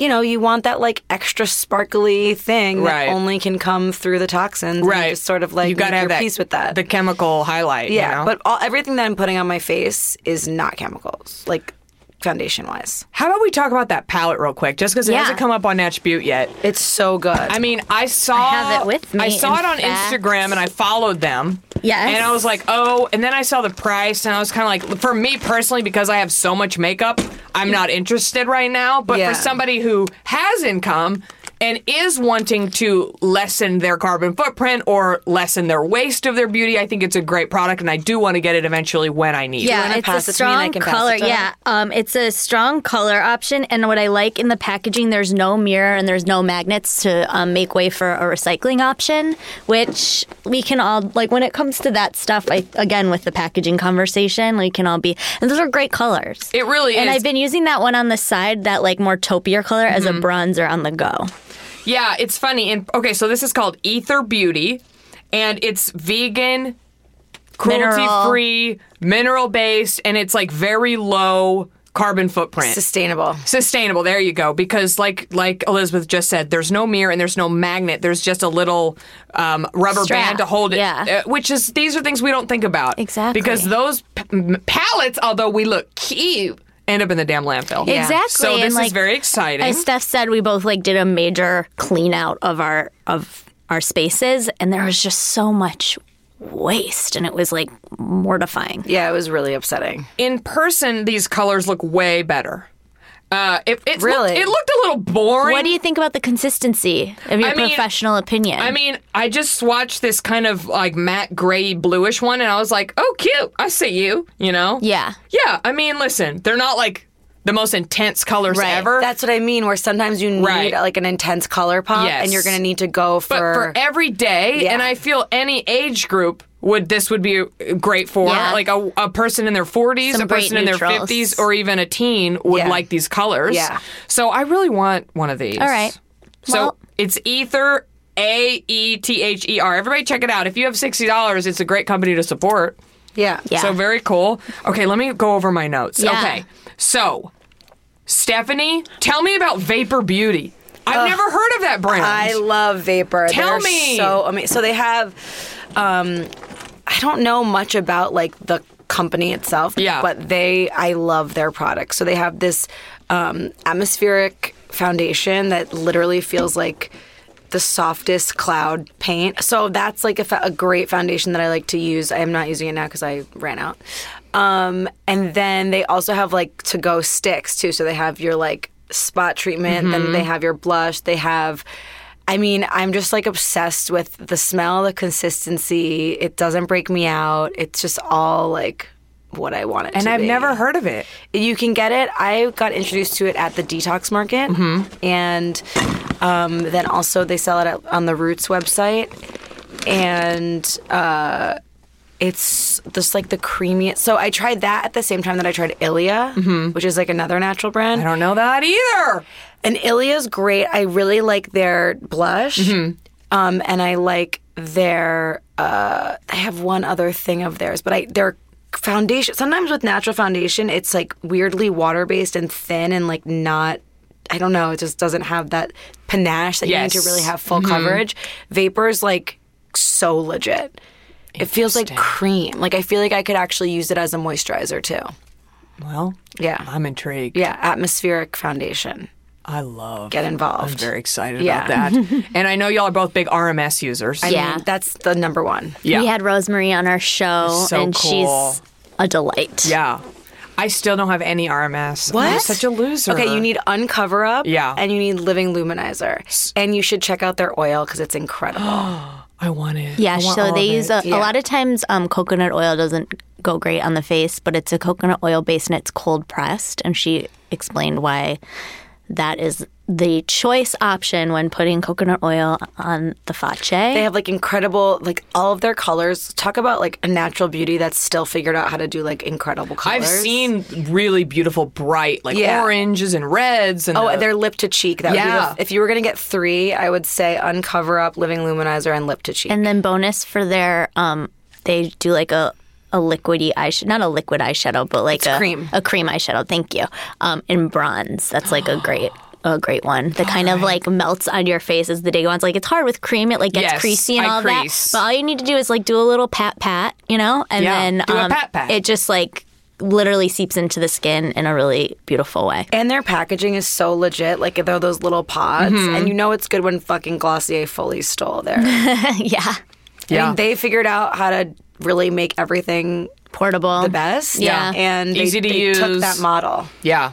Speaker 4: You know, you want that like extra sparkly thing that
Speaker 2: Right.
Speaker 4: only can come through the toxins. And you just sort of like
Speaker 2: you gotta
Speaker 4: make
Speaker 2: have
Speaker 4: your
Speaker 2: that,
Speaker 4: peace with that.
Speaker 2: The chemical highlight. you
Speaker 4: Yeah,
Speaker 2: know?
Speaker 4: but all, everything that I'm putting on my face is not chemicals, like foundation wise.
Speaker 2: how about we talk about that palette real quick? Just because it
Speaker 5: Yeah.
Speaker 2: hasn't come up on Natch Butte yet.
Speaker 4: It's so good.
Speaker 2: I mean, I saw
Speaker 5: have it with me,
Speaker 2: I saw
Speaker 5: in
Speaker 2: it on
Speaker 5: fact.
Speaker 2: Instagram and I followed them.
Speaker 5: Yes.
Speaker 2: And I was like, oh, and then I saw the price and I was kind of like, for me personally, because I have so much makeup, I'm not interested right now. But
Speaker 4: Yeah.
Speaker 2: for somebody who has income and is wanting to lessen their carbon footprint or lessen their waste of their beauty, I think it's a great product and I do want to get it eventually when I need it.
Speaker 5: Yeah,
Speaker 4: wanna
Speaker 5: it's
Speaker 4: pass
Speaker 5: a
Speaker 4: it to me and I
Speaker 5: strong
Speaker 4: can pass it
Speaker 5: color.
Speaker 4: to her?
Speaker 5: Yeah, um, it's a strong color option. And what I like in the packaging, there's no mirror and there's no magnets to um, make way for a recycling option, which we can all like when it comes to that stuff. I again with the packaging conversation, we can all be and those are great colors.
Speaker 2: It really
Speaker 5: and
Speaker 2: is.
Speaker 5: I've been using that one on the side, that like more taupier color, as
Speaker 4: Mm-hmm.
Speaker 5: a bronzer on the go.
Speaker 2: Yeah, it's funny. And okay, so this is called Ether Beauty, and it's vegan, cruelty free, mineral based, and it's like very low carbon footprint.
Speaker 4: Sustainable.
Speaker 2: Sustainable. There you go. Because like like Elizabeth just said, there's no mirror and there's no magnet. There's just a little um, rubber
Speaker 5: Strap,
Speaker 2: band to hold it.
Speaker 5: yeah.
Speaker 2: uh, which is these are things we don't think about
Speaker 5: Exactly.
Speaker 2: because those p- m- pallets, although we look cute, end up in the damn landfill.
Speaker 5: Exactly.
Speaker 2: So
Speaker 5: and,
Speaker 2: this
Speaker 5: like,
Speaker 2: is very exciting.
Speaker 5: As Steph said, we both like did a major clean out of our of our spaces, and there was just so much waste, and it was like mortifying.
Speaker 4: Yeah, it was really upsetting.
Speaker 2: in person, these colors look way better. Uh, it, it's
Speaker 4: Really?
Speaker 2: looked- it looked a little boring.
Speaker 5: What do you think about the consistency of your
Speaker 2: I mean-
Speaker 5: professional opinion?
Speaker 2: I mean, I just watched this kind of like matte gray bluish one, and I was like, "Oh, cute! I see you." You know?
Speaker 5: yeah,
Speaker 2: Yeah. I mean, listen, they're not like the most intense colors
Speaker 5: Right.
Speaker 2: ever.
Speaker 4: That's what I mean, where sometimes you need
Speaker 2: Right.
Speaker 4: like an intense color pop
Speaker 2: Yes.
Speaker 4: and you're going to need to go
Speaker 2: but
Speaker 4: for.
Speaker 2: for every day,
Speaker 4: Yeah.
Speaker 2: and I feel any age group would this would be uh, great for
Speaker 5: Yeah.
Speaker 2: like a, a person in their 40s,
Speaker 5: Some
Speaker 2: a
Speaker 5: great
Speaker 2: person in their
Speaker 5: neutrals.
Speaker 2: 50s, or even a teen would
Speaker 4: Yeah.
Speaker 2: like these colors.
Speaker 4: Yeah.
Speaker 2: So I really want one of these.
Speaker 5: All right.
Speaker 2: So
Speaker 5: Well-
Speaker 2: it's Ether. A E T H E R. Everybody check it out. If you have sixty dollars, it's a great company to support.
Speaker 4: yeah.
Speaker 5: yeah.
Speaker 2: So very cool. Okay, let me go over my notes.
Speaker 5: Yeah.
Speaker 2: Okay. So, Stephanie, tell me about Vapor Beauty. I've never heard of that brand.
Speaker 4: I love vapor.
Speaker 2: Tell
Speaker 4: They're
Speaker 2: me.
Speaker 4: So amazing. So they have, um, I don't know much about like the company itself.
Speaker 2: Yeah.
Speaker 4: But they, I love their products. So they have this um, atmospheric foundation that literally feels like the softest cloud paint. So that's like a, fa- a great foundation that I like to use. I am not using it now because I ran out. Um, and then they also have like to go sticks too. So they have your like spot treatment, then they have your blush, they have I mean, I'm just like obsessed with the smell, the consistency. It doesn't break me out. It's just all like what I want it
Speaker 2: and
Speaker 4: to
Speaker 2: I've
Speaker 4: be.
Speaker 2: never heard of it.
Speaker 4: You can get it. I got introduced to it at the detox market,
Speaker 2: Mm-hmm.
Speaker 4: and um, then also they sell it at, on the Roots website, and uh, it's just like the creamiest. So I tried that at the same time that I tried Ilia, which is like another natural brand.
Speaker 2: Mm-hmm. I don't know that either.
Speaker 4: And Ilia's great. I really like their blush.
Speaker 2: Mm-hmm.
Speaker 4: Um, and I like their uh, I have one other thing of theirs, but I their foundation sometimes with natural foundation, it's like weirdly water based and thin and like not I don't know, it just doesn't have that panache that you need
Speaker 2: Yes. Mm-hmm.
Speaker 4: to really have full coverage. Vapor's like so legit. It feels like cream. Like I feel like I could actually use it as a moisturizer too.
Speaker 2: Well,
Speaker 4: Yeah.
Speaker 2: I'm intrigued.
Speaker 4: Yeah. Atmospheric Foundation.
Speaker 2: I love.
Speaker 4: Get involved.
Speaker 2: I'm very excited
Speaker 4: Yeah.
Speaker 2: about that. and I know y'all are both big RMS users.
Speaker 4: I mean,
Speaker 5: Yeah.
Speaker 4: that's the number one.
Speaker 2: Yeah.
Speaker 5: We had Rosemary on our show,
Speaker 2: So
Speaker 5: and
Speaker 2: cool.
Speaker 5: she's a delight.
Speaker 2: yeah. I still don't have any RMS. I'm
Speaker 4: What?
Speaker 2: such a loser.
Speaker 4: Okay, you need Uncover Up.
Speaker 2: Yeah.
Speaker 4: And you need Living Luminizer. And you should check out their oil because
Speaker 2: *gasps*
Speaker 4: it's incredible.
Speaker 2: I want it.
Speaker 5: Yeah,
Speaker 2: I want
Speaker 5: so
Speaker 2: all
Speaker 5: they
Speaker 2: of
Speaker 5: use
Speaker 2: it.
Speaker 5: a, a lot of times um, coconut oil doesn't go great on the face, but it's a coconut oil base and it's cold pressed. And she explained why that is the choice option when putting coconut oil on the face.
Speaker 4: They have like incredible, like all of their colors. Talk about like a natural beauty that's still figured out how to do like incredible colors.
Speaker 2: I've seen really beautiful, bright, like
Speaker 4: Yeah.
Speaker 2: oranges and reds. And
Speaker 4: Oh,
Speaker 2: the-
Speaker 4: their lip to cheek. That
Speaker 2: Yeah.
Speaker 4: would be the, if you were gonna get three, I would say Uncover Up, Living Luminizer, and Lip to Cheek.
Speaker 5: And then bonus for their, um, they do like a a liquidy eyeshadow, not a liquid eyeshadow, but like
Speaker 4: It's
Speaker 5: a
Speaker 4: cream.
Speaker 5: a cream eyeshadow. Thank you. Um, in bronze, that's
Speaker 2: *gasps*
Speaker 5: like a great. A great one that kind of like melts on your face as the day goes. Like it's hard with cream; it like gets
Speaker 2: Yes,
Speaker 5: creasy and
Speaker 2: I
Speaker 5: all
Speaker 2: crease.
Speaker 5: that. But all you need to do is like do a little pat pat, you know, and
Speaker 2: Yeah,
Speaker 5: then um,
Speaker 2: do a pat pat.
Speaker 5: it just like literally seeps into the skin in a really beautiful
Speaker 2: *laughs*
Speaker 5: way.
Speaker 4: And their packaging is so legit. Like they're those little pods,
Speaker 2: Mm-hmm.
Speaker 4: and you know it's good when fucking Glossier fully stole their.
Speaker 5: yeah,
Speaker 4: I
Speaker 2: Yeah.
Speaker 4: mean, they figured out how to really make everything
Speaker 5: portable,
Speaker 4: the best.
Speaker 5: Yeah.
Speaker 4: and they,
Speaker 2: Easy to
Speaker 4: they took
Speaker 2: use.
Speaker 4: that model.
Speaker 2: yeah.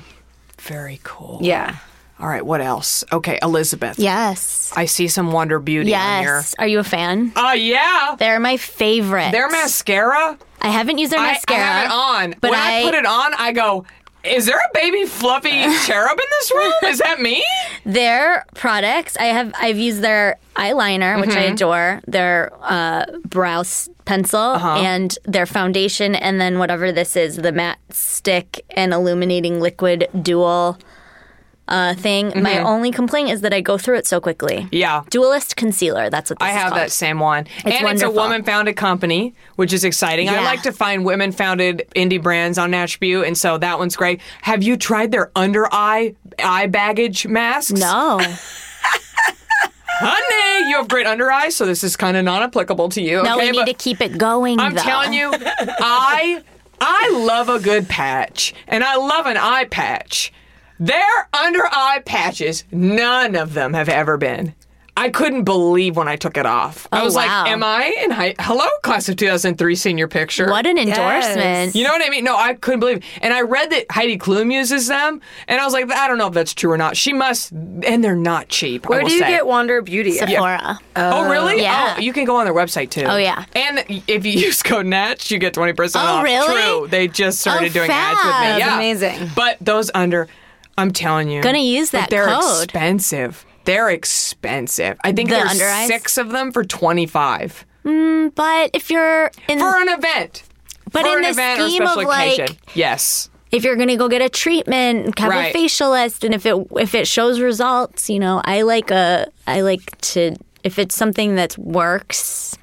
Speaker 2: Very cool.
Speaker 4: Yeah,
Speaker 2: All right, what else? Okay, Elizabeth.
Speaker 5: Yes,
Speaker 2: I see some Wonder Beauty on here.
Speaker 5: yes. Are you a fan?
Speaker 2: Oh, yeah.
Speaker 5: They're my favorite.
Speaker 2: Their mascara.
Speaker 5: I haven't used their
Speaker 2: I, I
Speaker 5: mascara.
Speaker 2: have it on.
Speaker 5: but
Speaker 2: when I,
Speaker 5: I-
Speaker 2: put it on, I go, is there a baby
Speaker 5: *laughs*
Speaker 2: fluffy cherub in this room? Is that me?
Speaker 5: Their products, I have I've used their eyeliner, which I
Speaker 2: Mm-hmm.
Speaker 5: adore, their uh, brow s- pencil,
Speaker 2: Uh-huh.
Speaker 5: and their foundation, and then whatever this is, the matte stick and illuminating liquid dual uh, thing. My only complaint is that I go through it so quickly.
Speaker 2: Mm-hmm. Yeah.
Speaker 5: Dualist concealer. That's what this
Speaker 2: I
Speaker 5: is
Speaker 2: have
Speaker 5: called.
Speaker 2: that same one. and it's a
Speaker 5: wonderful.
Speaker 2: woman founded company, which is exciting. I
Speaker 5: Yeah.
Speaker 2: like to find women founded indie brands on Attribute, and so that one's great. Have you tried their under eye eye baggage masks?
Speaker 5: No,
Speaker 2: *laughs* Honey, you have great under eyes, so this is kind of non applicable to you.
Speaker 5: no,
Speaker 2: okay?
Speaker 5: we need
Speaker 2: But-
Speaker 5: to keep it going.
Speaker 2: I'm
Speaker 5: though.
Speaker 2: telling
Speaker 5: *laughs*
Speaker 2: you, I I love a good patch, and I love an eye patch. Their under eye patches, none of them have ever been. I couldn't believe when I took it off. I
Speaker 5: Oh,
Speaker 2: was
Speaker 5: wow.
Speaker 2: like, "Am I in high? Hello, class of 2003 senior picture."
Speaker 5: What an endorsement!
Speaker 2: You know what I mean? No, I couldn't believe. It. And I read that Heidi Klum uses them, and I was like, "I don't know if that's true or not." She must, and they're not cheap. I
Speaker 4: where
Speaker 2: will
Speaker 4: do you
Speaker 2: say.
Speaker 4: get Wander Beauty?
Speaker 5: Sephora.
Speaker 2: Oh, really?
Speaker 5: Yeah.
Speaker 2: Oh, you can go on their website too. Oh,
Speaker 5: yeah.
Speaker 2: And if you *laughs* use code NATCH, you get 20%
Speaker 5: Oh,
Speaker 2: off.
Speaker 5: really?
Speaker 2: True. They just started
Speaker 5: Oh,
Speaker 2: doing ads with
Speaker 5: fab.
Speaker 2: me. Yeah.
Speaker 4: amazing.
Speaker 2: But those under, I'm telling you.
Speaker 5: Gonna use
Speaker 2: but
Speaker 5: that
Speaker 2: they're
Speaker 5: code.
Speaker 2: expensive. They're expensive. I think
Speaker 5: The
Speaker 2: there's
Speaker 5: under eyes?
Speaker 2: six of them for 25
Speaker 5: But if you're in
Speaker 2: for an event.
Speaker 5: But
Speaker 2: for
Speaker 5: in
Speaker 2: an
Speaker 5: the
Speaker 2: event or
Speaker 5: scheme
Speaker 2: special
Speaker 5: of, like-
Speaker 2: occasion. yes.
Speaker 5: if you're gonna go get a treatment, have
Speaker 2: Right.
Speaker 5: a facialist, and if it if it shows results, you know, I like a I like to if it's something that works.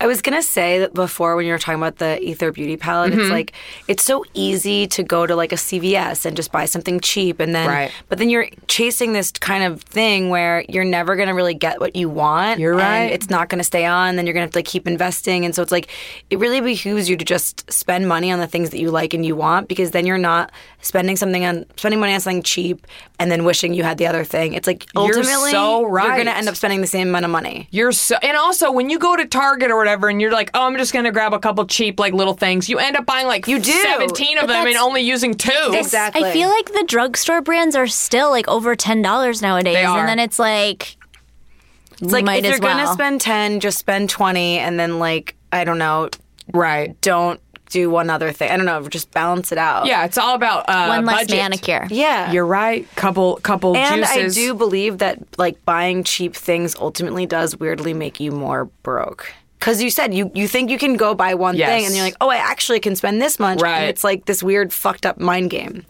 Speaker 4: I was gonna say that before when you were talking about the Ether Beauty palette, it's
Speaker 2: Mm-hmm.
Speaker 4: like it's so easy to go to like a CVS and just buy something cheap, and then
Speaker 2: Right.
Speaker 4: but then you're chasing this kind of thing where you're never gonna really get what you want.
Speaker 2: You're right.
Speaker 4: And it's not gonna stay on. Then you're gonna have to like, keep investing, and so it's like it really behooves you to just spend money on the things that you like and you want because then you're not spending something on spending money on something cheap and then wishing you had the other thing. It's like ultimately
Speaker 2: so right.
Speaker 4: you're gonna end up spending the same amount of money.
Speaker 2: You're so, and also when you go to Target or whatever, and you're like, oh, I'm just gonna grab a couple cheap like little things. You end up buying like
Speaker 4: You do.
Speaker 2: 17 of
Speaker 5: But
Speaker 2: them and
Speaker 5: that's-
Speaker 2: only using two.
Speaker 4: Exactly.
Speaker 5: I feel like the drugstore brands are still like over ten dollars nowadays,
Speaker 2: They are.
Speaker 5: and then it's like
Speaker 4: It's like
Speaker 5: might
Speaker 4: if
Speaker 5: as
Speaker 4: you're gonna
Speaker 5: well.
Speaker 4: spend ten, just spend twenty, and then like I don't know,
Speaker 2: Right.
Speaker 4: don't do one other thing. I don't know, just balance it out.
Speaker 2: Yeah, it's all about uh,
Speaker 5: one less
Speaker 2: budget.
Speaker 5: manicure.
Speaker 4: yeah.
Speaker 2: You're right. Couple couple
Speaker 4: and
Speaker 2: juices.
Speaker 4: I do believe that like buying cheap things ultimately does weirdly make you more broke. Because you said you, you think you can go buy one
Speaker 2: Yes.
Speaker 4: thing and you're like, oh, I actually can spend this much.
Speaker 2: Right.
Speaker 4: And it's like this weird fucked up mind game.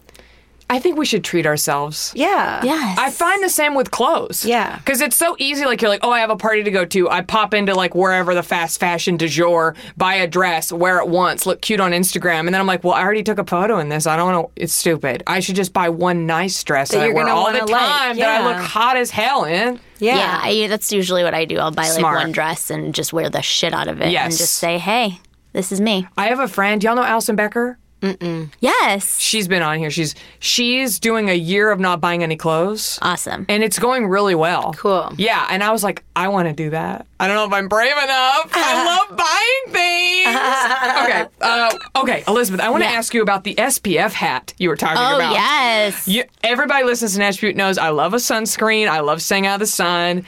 Speaker 2: I think we should treat ourselves.
Speaker 4: Yeah.
Speaker 5: Yes.
Speaker 2: I find the same with clothes.
Speaker 4: Yeah.
Speaker 2: Because it's so easy. Like, you're like, oh, I have a party to go to. I pop into, like, wherever the fast fashion du jour, buy a dress, wear it once, look cute on Instagram. And then I'm like, well, I already took a photo in this. I don't want to. It's stupid. I should just buy one nice dress that,
Speaker 4: That
Speaker 2: I
Speaker 4: you're
Speaker 2: wear
Speaker 4: gonna
Speaker 2: all the
Speaker 4: wanna
Speaker 2: time
Speaker 4: like.
Speaker 2: that I
Speaker 4: Yeah.
Speaker 2: look hot as hell in.
Speaker 4: Yeah.
Speaker 5: yeah, I, that's usually what I do. I'll buy like
Speaker 2: Smart.
Speaker 5: one dress and just wear the shit out of it,
Speaker 2: Yes.
Speaker 5: and just say, "Hey, this is me."
Speaker 2: I have a friend. Y'all know Alison Becker?
Speaker 5: Yes.
Speaker 2: She's been on here. She's she's doing a year of not buying any clothes.
Speaker 5: Awesome.
Speaker 2: and it's going really well.
Speaker 4: Cool.
Speaker 2: Yeah, and I was like, I want to do that. I don't know if I'm brave enough. I love buying things. okay, uh,
Speaker 5: *laughs*
Speaker 2: okay, Elizabeth, I want to ask you about the SPF hat you were talking
Speaker 5: Oh,
Speaker 2: about.
Speaker 5: yes.
Speaker 2: You, everybody listens to Nashville knows I love a sunscreen. I love staying out of the sun,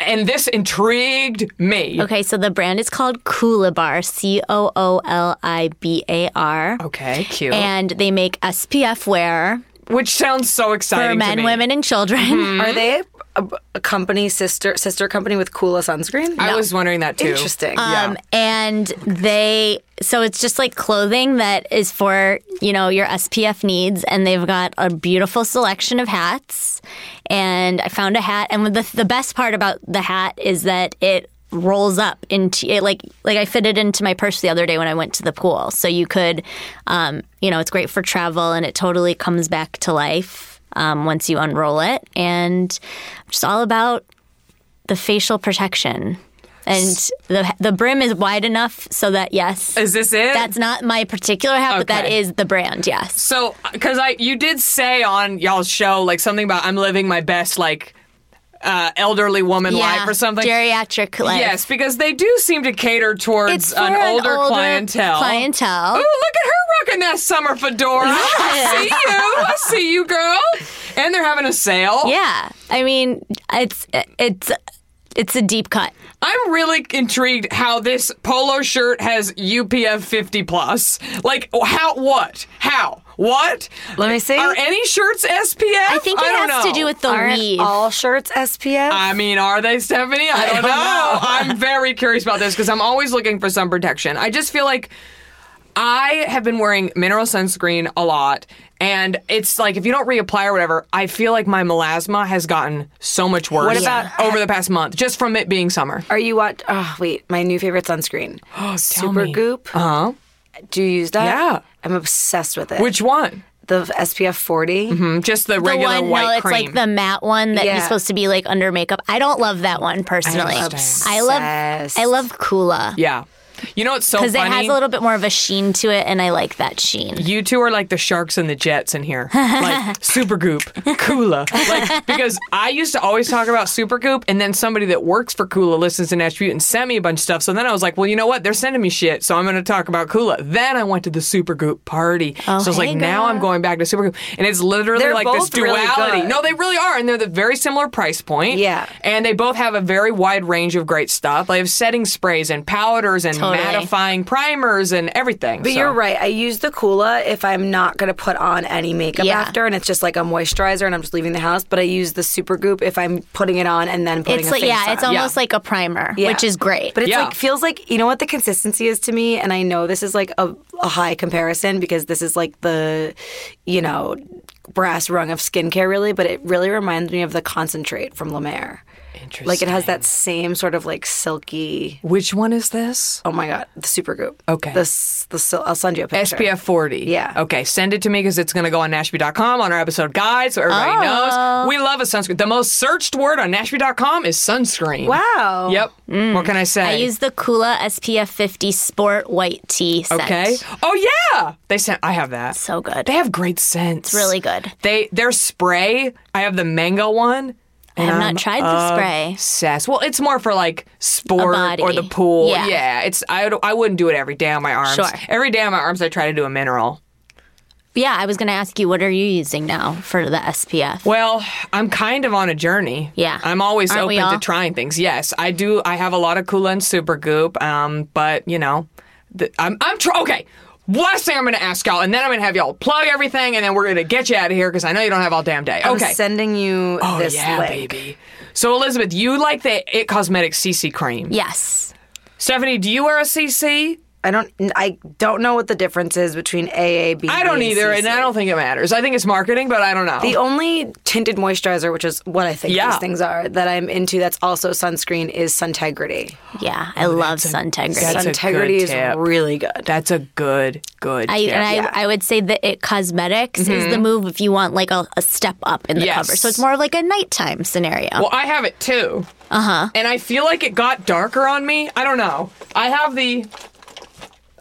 Speaker 2: and this intrigued me.
Speaker 5: Okay, so the brand is called Coolibar, C O O L I B A R.
Speaker 2: Okay, cute.
Speaker 5: And they make SPF wear
Speaker 2: Which sounds so exciting
Speaker 5: for
Speaker 2: to
Speaker 5: men,
Speaker 2: me. Mm-hmm.
Speaker 5: women, and children.
Speaker 4: Are they a, a company sister sister company with Kula sunscreen?
Speaker 2: I was wondering that too.
Speaker 4: Interesting.
Speaker 5: Um, and they, so it's just like clothing that is for, you know, your SPF needs. And they've got a beautiful selection of hats. And I found a hat. And the, the best part about the hat is that it rolls up into it like like I fitted into my purse the other day when I went to the pool so you could um, you know it's great for travel and it totally comes back to life um, once you unroll it and just all about the facial protection. And the the brim is wide enough so that yes,
Speaker 2: Is this it?
Speaker 5: that's not my particular hat, but that
Speaker 2: Okay.
Speaker 5: is the brand. Yes,
Speaker 2: So, because I you did say on y'all's show like something about I'm living my best like uh, elderly woman life or something.
Speaker 5: Geriatric life.
Speaker 2: Yes, because they do seem to cater towards
Speaker 5: it's for
Speaker 2: an, older clientele.
Speaker 5: Clientele.
Speaker 2: Oh, look at her rocking that summer
Speaker 5: *laughs*
Speaker 2: fedora. I see you. I see you, girl. And they're having a sale.
Speaker 5: Yeah, I mean it's it's it's a deep cut.
Speaker 2: I'm really intrigued how this polo shirt has UPF 50 plus. Like, how? What? How? What?
Speaker 4: Let me see.
Speaker 2: Are any shirts SPF?
Speaker 5: I think it
Speaker 2: don't
Speaker 5: has to
Speaker 2: know.
Speaker 5: do with the
Speaker 4: Aren't
Speaker 5: weave.
Speaker 4: all shirts SPF?
Speaker 2: I mean, are they, Stephanie? I don't know. *laughs* I'm very curious about this because I'm always looking for sun protection. I just feel like I have been wearing mineral sunscreen a lot. And it's like if you don't reapply or whatever, I feel like my melasma has gotten so much worse
Speaker 4: What about-
Speaker 2: over the past month just from it being summer.
Speaker 4: Are you what? Oh, wait, my new favorite sunscreen. Super
Speaker 2: me.
Speaker 4: Goop.
Speaker 2: Uh huh.
Speaker 4: Do you use that?
Speaker 2: Yeah.
Speaker 4: I'm obsessed with it.
Speaker 2: Which one?
Speaker 4: the SPF 40.
Speaker 2: Mm, Just the
Speaker 5: the
Speaker 2: regular
Speaker 5: one,
Speaker 2: white
Speaker 5: no, it's
Speaker 2: cream.
Speaker 5: like the matte one that
Speaker 4: Yeah.
Speaker 5: is supposed to be like under makeup. I don't love that one personally.
Speaker 4: understand.
Speaker 5: I love
Speaker 4: Obsessed.
Speaker 5: I love Kula.
Speaker 2: yeah. You know what's so funny?
Speaker 5: because it has a little bit more of a sheen to it, and I like that sheen.
Speaker 2: You two are like the sharks and the jets in here.
Speaker 4: *laughs*
Speaker 2: Like Supergoop, Kula. Like because I used to always talk about Supergoop and then somebody that works for Kula listens to Nash Butte and sent me a bunch of stuff. So then I was like, well, you know what? They're sending me shit, so I'm going to talk about Kula. Then I went to the Supergoop party. so I was
Speaker 5: hey,
Speaker 2: like, now
Speaker 5: girl.
Speaker 2: I'm going back to Supergoop. And it's literally
Speaker 4: They're
Speaker 2: like this
Speaker 4: both really
Speaker 2: duality.
Speaker 4: good.
Speaker 2: no, they really are and they're the very similar price point.
Speaker 4: Yeah.
Speaker 2: And they both have a very wide range of great stuff. They have setting sprays and powders and
Speaker 5: Totally.
Speaker 2: mattifying primers and everything.
Speaker 4: But
Speaker 2: So-
Speaker 4: you're right. I use the Kula if I'm not going to put on any makeup
Speaker 5: Yeah.
Speaker 4: after, and it's just like a moisturizer, and I'm just leaving the house. But I use the Super Goop if I'm putting it on and then putting
Speaker 5: It's
Speaker 4: a
Speaker 5: like
Speaker 4: face
Speaker 5: yeah,
Speaker 4: on.
Speaker 5: it's almost like a primer,
Speaker 4: Yeah.
Speaker 5: which is great.
Speaker 4: But it's
Speaker 2: Yeah.
Speaker 4: like feels like you know what the consistency is to me, and I know this is like a, a high comparison because this is like the, you know, brass rung of skincare really, but it really reminds me of the concentrate from La Mer.
Speaker 2: Interesting.
Speaker 4: Like it has that same sort of like silky.
Speaker 2: Which one is this?
Speaker 4: Oh my god, the supergoop.
Speaker 2: Okay.
Speaker 4: This the sil- I'll send you a picture.
Speaker 2: SPF 40.
Speaker 4: Yeah.
Speaker 2: Okay, send it to me because it's going to go on Nashby.com on our episode guide so
Speaker 5: Oh.
Speaker 2: everybody knows. We love a sunscreen. The most searched word on Nashby.com is sunscreen.
Speaker 4: Wow.
Speaker 2: Yep. What can I say?
Speaker 5: Mm. I use the Kula SPF 50 Sport White Tea scent.
Speaker 2: Okay. Oh, yeah. They sent, I have that.
Speaker 5: so good,
Speaker 2: They have great scents.
Speaker 5: really good.
Speaker 2: They, their spray, I have the mango one.
Speaker 5: I have not tried the spray.
Speaker 2: Obsessed. Well, it's more for like sport
Speaker 5: body.
Speaker 2: or the pool.
Speaker 5: Yeah.
Speaker 2: it's I, would- I wouldn't do it every day on my arms.
Speaker 5: Sure.
Speaker 2: Every day on my arms, I try to do a mineral.
Speaker 5: Yeah, I was gonna ask you, what are you using now for the SPF?
Speaker 2: Well, I'm kind of on a journey.
Speaker 5: Yeah.
Speaker 2: I'm always
Speaker 5: Aren't we
Speaker 2: open to
Speaker 5: all?
Speaker 2: trying things. Yes, I do. I have a lot of Kula and Super Goop, um, but you know, the, I'm I'm tr- okay. Last thing I'm going to ask y'all, and then I'm going to have y'all plug everything, and then we're going to get you out of here because I know you don't have all damn day.
Speaker 4: I'm
Speaker 2: okay.
Speaker 4: sending you
Speaker 2: oh
Speaker 4: this
Speaker 2: yeah,
Speaker 4: link.
Speaker 2: baby. So Elizabeth, you like the It Cosmetics CC cream.
Speaker 5: Yes,
Speaker 2: Stephanie, do you wear a CC?
Speaker 4: I don't I don't know what the difference is between AA, BB,
Speaker 2: I don't either,
Speaker 4: CC.
Speaker 2: and I don't think it matters. I think it's marketing, but I don't know.
Speaker 4: The only tinted moisturizer, which is what I think
Speaker 2: Oh. Yeah.
Speaker 4: these things are, that I'm into that's also sunscreen is Suntegrity.
Speaker 5: yeah, I love Suntegrity.
Speaker 2: that's a good
Speaker 4: Suntegrity is
Speaker 2: tip.
Speaker 4: really good.
Speaker 2: That's a good, good.
Speaker 5: I,
Speaker 2: tip.
Speaker 5: and I, I would say that it cosmetics is the move if you want like a, a step up in the
Speaker 2: Yes.
Speaker 5: cover. So it's more of like a nighttime scenario.
Speaker 2: Well, I have it too. Uh
Speaker 5: Uh-huh.
Speaker 2: huh. And I feel like it got darker on me. I don't know. I have the,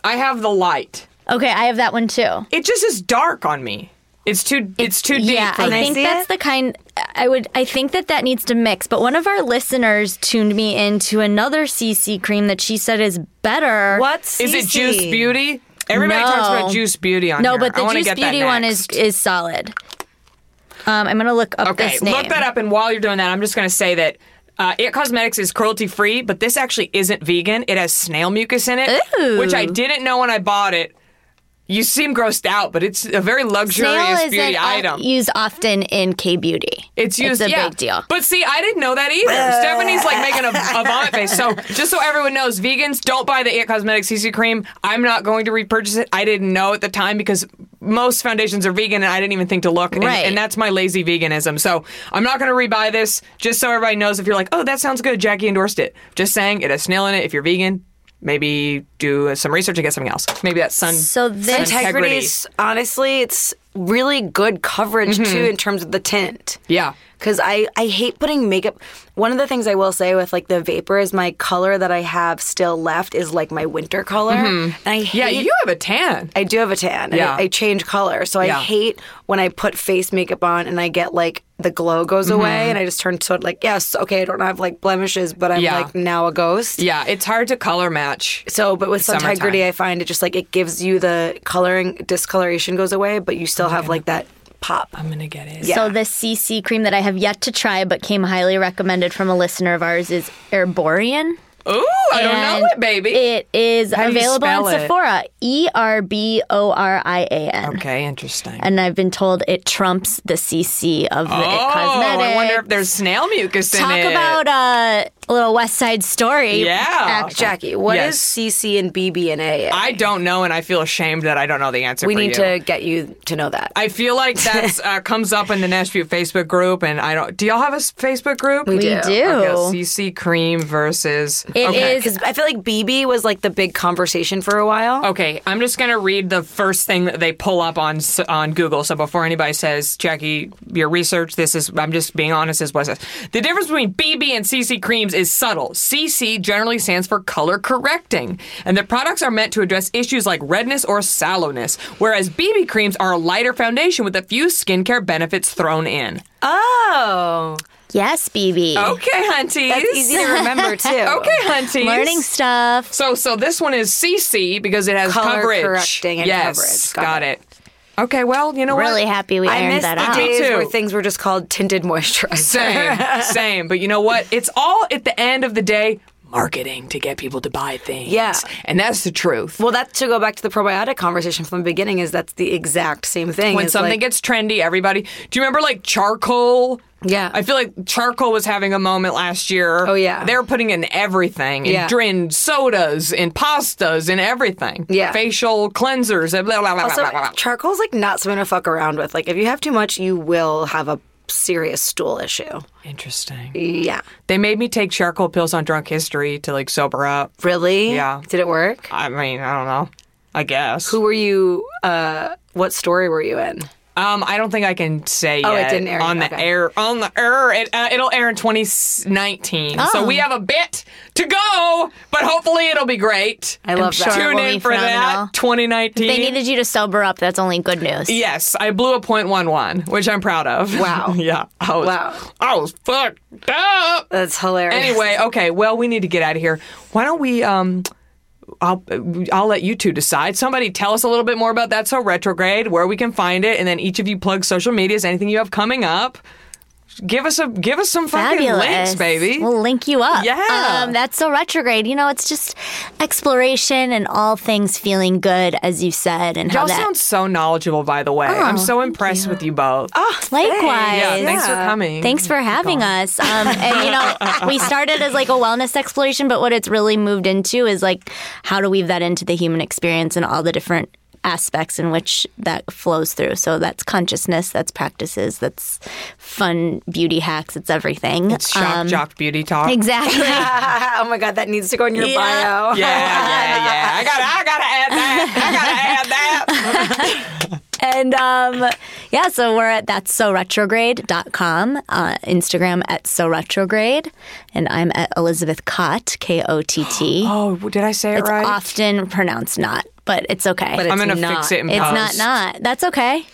Speaker 2: I have the light.
Speaker 5: Okay, I have that one too.
Speaker 2: It just is dark on me. It's too. It's too deep.
Speaker 5: Yeah,
Speaker 2: for
Speaker 5: I
Speaker 2: me.
Speaker 5: think
Speaker 4: see
Speaker 5: that's
Speaker 4: it?
Speaker 5: the kind I would I think that that needs to mix. But one of our listeners tuned me into another CC cream that she said is better.
Speaker 4: What's
Speaker 2: Is it Juice Beauty? Everybody talks
Speaker 5: No.
Speaker 2: about Juice Beauty on
Speaker 5: No,
Speaker 2: here.
Speaker 5: but
Speaker 2: I
Speaker 5: the
Speaker 2: wanna
Speaker 5: Juice
Speaker 2: get that
Speaker 5: Beauty one is
Speaker 2: next.
Speaker 5: is solid. Um, I'm gonna look up
Speaker 2: Okay,
Speaker 5: this name.
Speaker 2: look that up. And while you're doing that, I'm just going to say that uh, It Cosmetics is cruelty free, but this actually isn't vegan. It has snail mucus in it,
Speaker 5: Ooh.
Speaker 2: which I didn't know when I bought it. You seem grossed out, but it's a very
Speaker 5: Snail
Speaker 2: luxurious
Speaker 5: isn't
Speaker 2: beauty
Speaker 5: oft-
Speaker 2: item.
Speaker 5: used often in K beauty.
Speaker 2: It's used.
Speaker 5: a
Speaker 2: yeah.
Speaker 5: big deal.
Speaker 2: But see, I didn't know that either. Stephanie's like making a,
Speaker 5: *laughs*
Speaker 2: a vomit face. So just so everyone knows, vegans don't buy the It Cosmetics CC cream. I'm not going to repurchase it. I didn't know at the time because most foundations are vegan, and I didn't even think to look. And,
Speaker 5: Right.
Speaker 2: and that's my lazy veganism. So I'm not going to rebuy this. Just so everybody knows, if you're like, oh, that sounds good, Jackie endorsed it. Just saying, it has snail in it. If you're vegan. Maybe do uh, some research and get something else. Maybe that's sun.
Speaker 5: So
Speaker 2: sun
Speaker 5: this-
Speaker 4: Integrity is honestly, it's really good coverage too in terms of the tint.
Speaker 2: Mm-hmm. Yeah.
Speaker 4: Because I, I hate putting makeup. One of the things I will say with like the vapor is my color that I have still left is like my winter color. And I hate
Speaker 2: Mm-hmm. Yeah, you have a tan.
Speaker 4: I do have a tan. and
Speaker 2: Yeah.
Speaker 4: I, I change color. So I
Speaker 2: Yeah.
Speaker 4: hate when I put face makeup on and I get like the glow goes
Speaker 2: Mm-hmm.
Speaker 4: away and I just turn to like, yes, okay, I don't have like blemishes, but I'm
Speaker 2: Yeah.
Speaker 4: like now a ghost.
Speaker 2: Yeah, it's hard to color match.
Speaker 4: So, but with
Speaker 2: Summertime.
Speaker 4: integrity, I find it just like it gives you the coloring discoloration goes away, but you still have like that pop.
Speaker 2: I'm gonna get it.
Speaker 5: So this CC cream that I have yet to try but came highly recommended from a listener of ours is Herborian.
Speaker 2: Ooh, I don't know
Speaker 5: And
Speaker 2: it, baby.
Speaker 5: It is
Speaker 2: How do you
Speaker 5: available in
Speaker 2: spell it?
Speaker 5: Sephora. E R B O R I A N.
Speaker 2: okay, interesting.
Speaker 5: And I've been told it trumps the CC of the
Speaker 2: oh,
Speaker 5: It Cosmetics.
Speaker 2: I wonder if there's snail mucus
Speaker 5: Talk
Speaker 2: in it.
Speaker 5: about uh, a little West Side Story.
Speaker 2: Yeah.
Speaker 5: act-
Speaker 4: Jackie, what is
Speaker 2: Yes.
Speaker 4: CC and BB and A?
Speaker 2: I don't know, and I feel ashamed that I don't know the answer.
Speaker 4: we
Speaker 2: for
Speaker 4: need
Speaker 2: you.
Speaker 4: to get you to know that.
Speaker 2: I feel like
Speaker 5: *laughs*
Speaker 2: that's uh, comes up in the Nashville Facebook group, and I don't. Do y'all have a s- Facebook group? We
Speaker 5: do. do.
Speaker 2: Okay, CC cream versus.
Speaker 5: It
Speaker 2: okay. Oh.
Speaker 5: is-
Speaker 4: Because I feel like BB was like the big conversation for a while.
Speaker 2: Okay, I'm just gonna read the first thing that they pull up on s- on Google. So before anybody says, Jackie, your research, this is I'm just being honest. Is what it says. The difference between BB and CC creams is subtle. CC generally stands for color correcting, and the products are meant to address issues like redness or sallowness, whereas BB creams are a lighter foundation with a few skincare benefits thrown in.
Speaker 4: Oh,
Speaker 5: Yes, BB.
Speaker 2: Okay, hunties.
Speaker 4: that's easy
Speaker 2: *laughs*
Speaker 4: to remember too.
Speaker 2: okay, hunties.
Speaker 5: Learning stuff.
Speaker 2: So, so this one is CC because it has
Speaker 4: Color
Speaker 2: coverage.
Speaker 4: correcting and
Speaker 2: yes,
Speaker 4: coverage. Got
Speaker 2: it. Okay, well, you know what?
Speaker 5: Really happy we
Speaker 4: I
Speaker 5: ironed
Speaker 4: miss
Speaker 5: that
Speaker 4: the
Speaker 5: out.
Speaker 4: days
Speaker 2: too.
Speaker 4: where things were just called tinted moisturizer. *laughs*
Speaker 2: Same, same. But you know what? It's all at the end of the day marketing to get people to buy things.
Speaker 4: Yeah.
Speaker 2: And that's the truth.
Speaker 4: Well, that's to go back to the probiotic conversation from the beginning. Is that's the exact same thing.
Speaker 2: when
Speaker 4: It's
Speaker 2: something
Speaker 4: like-
Speaker 2: gets trendy, everybody. Do you remember like charcoal?
Speaker 4: Yeah.
Speaker 2: I feel like charcoal was having a moment last year.
Speaker 4: Oh, yeah.
Speaker 2: They were putting it in everything. In
Speaker 4: Yeah.
Speaker 2: drin sodas, in pastas, in everything.
Speaker 4: Yeah.
Speaker 2: Facial cleansers, and blah, blah, blah, *laughs*
Speaker 4: Also,
Speaker 2: blah, blah, blah.
Speaker 4: charcoal's like not something to fuck around with. Like, if you have too much, you will have a serious stool issue.
Speaker 2: Interesting.
Speaker 4: Yeah.
Speaker 2: They made me take charcoal pills on drunk history to like sober up.
Speaker 4: Really?
Speaker 2: Yeah.
Speaker 4: Did it work?
Speaker 2: I mean, I don't know. I guess.
Speaker 4: Who were you? Uh, what story were you in?
Speaker 2: Um, I don't think I can say
Speaker 4: Oh, it
Speaker 2: yet
Speaker 4: didn't air
Speaker 2: on
Speaker 4: yet.
Speaker 2: the
Speaker 4: Okay.
Speaker 2: air. On the air, it, uh, it'll air in 2019.
Speaker 4: Oh.
Speaker 2: So we have a bit to go, but hopefully it'll be great.
Speaker 4: I love
Speaker 5: sure
Speaker 4: that.
Speaker 5: it
Speaker 2: Tune
Speaker 5: will
Speaker 2: in
Speaker 5: be
Speaker 2: for
Speaker 5: phenomenal.
Speaker 2: that 2019.
Speaker 5: They needed you to sober up. That's only good news.
Speaker 2: yes, I blew a .11, which I'm proud of.
Speaker 4: Wow.
Speaker 2: *laughs* yeah. I was,
Speaker 4: Wow.
Speaker 2: I was fucked up.
Speaker 4: That's hilarious.
Speaker 5: *laughs*
Speaker 2: Anyway, okay. Well, we need to get out of here. Why don't we? Um, I'll I'll let you two decide. Somebody tell us a little bit more about that. So retrograde, where we can find it, and then each of you plug social medias, anything you have coming up. Give us a give us some fucking
Speaker 5: Fabulous.
Speaker 2: links, baby.
Speaker 5: We'll link you up.
Speaker 2: Yeah.
Speaker 5: Um, that's so retrograde. You know, it's just exploration and all things feeling good, as you said, and
Speaker 2: Y'all
Speaker 5: how that. Oh,
Speaker 2: sound so knowledgeable, by the way. I'm so impressed with you both. Oh,
Speaker 5: likewise.
Speaker 2: yeah, Thanks for coming.
Speaker 5: Thanks for having us. Um, and you
Speaker 2: *laughs*
Speaker 5: know, we started as like a wellness exploration, but what it's really moved into is like how to weave that into the human experience and all the different aspects in which that flows through. So that's consciousness, that's practices, that's fun beauty hacks, it's everything. Um,
Speaker 2: It's shock jock beauty talk.
Speaker 5: *laughs*
Speaker 4: *laughs*
Speaker 5: exactly.
Speaker 4: oh my god, that needs to go in your
Speaker 2: Yeah,
Speaker 4: bio.
Speaker 2: yeah, yeah. I gotta I gotta add that. I gotta add that.
Speaker 5: *laughs* and um, yeah, so we're at that's so retrograde.com, uh, Instagram at so retrograde, and I'm at Elizabeth Cott, K O T
Speaker 2: *gasps*
Speaker 5: T.
Speaker 2: Oh, did I say it
Speaker 5: It's
Speaker 2: right?
Speaker 5: often pronounced not. but it's okay.
Speaker 4: But
Speaker 5: it's
Speaker 4: it's
Speaker 2: I'm gonna
Speaker 4: not.
Speaker 2: fix it in post.
Speaker 5: not not. That's okay.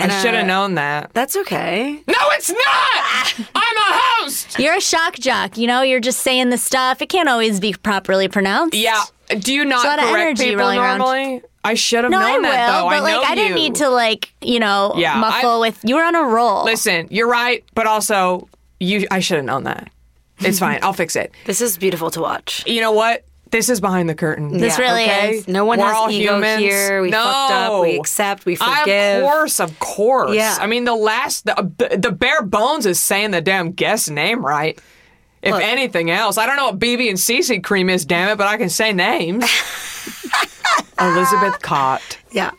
Speaker 2: I should have known that.
Speaker 4: That's okay.
Speaker 2: No, it's
Speaker 5: *laughs*
Speaker 2: not. I'm a host.
Speaker 5: You're a shock jock. You know, you're just saying the stuff. It can't always be properly pronounced.
Speaker 2: Yeah. Do you not
Speaker 5: There's a lot of
Speaker 2: correct
Speaker 5: energy
Speaker 2: people
Speaker 5: rolling around.
Speaker 2: normally? I should have
Speaker 5: No,
Speaker 2: known
Speaker 5: I will,
Speaker 2: that though.
Speaker 5: but
Speaker 2: I know
Speaker 5: like I didn't
Speaker 2: you.
Speaker 5: need to like you know
Speaker 2: Yeah, I-
Speaker 5: muffle with. You were on a roll.
Speaker 2: Listen, you're right, but also you. I should have known that. It's
Speaker 5: *laughs*
Speaker 2: fine. I'll fix it.
Speaker 4: This is beautiful to watch.
Speaker 2: You know what? This is behind the curtain.
Speaker 5: This really
Speaker 4: okay?
Speaker 5: is.
Speaker 4: No one
Speaker 2: We're all
Speaker 4: has ego
Speaker 2: humans.
Speaker 4: here. We
Speaker 2: No.
Speaker 4: fucked up. We accept. We
Speaker 2: I-
Speaker 4: forgive.
Speaker 2: Of course, of course.
Speaker 4: Yeah.
Speaker 2: I mean, the last, the, the bare bones is saying the damn guest name right. If
Speaker 4: Look.
Speaker 2: anything else, I don't know what BB and CC cream is, damn it, but I can say
Speaker 4: *laughs*
Speaker 2: names. Elizabeth Cott.
Speaker 4: Yeah.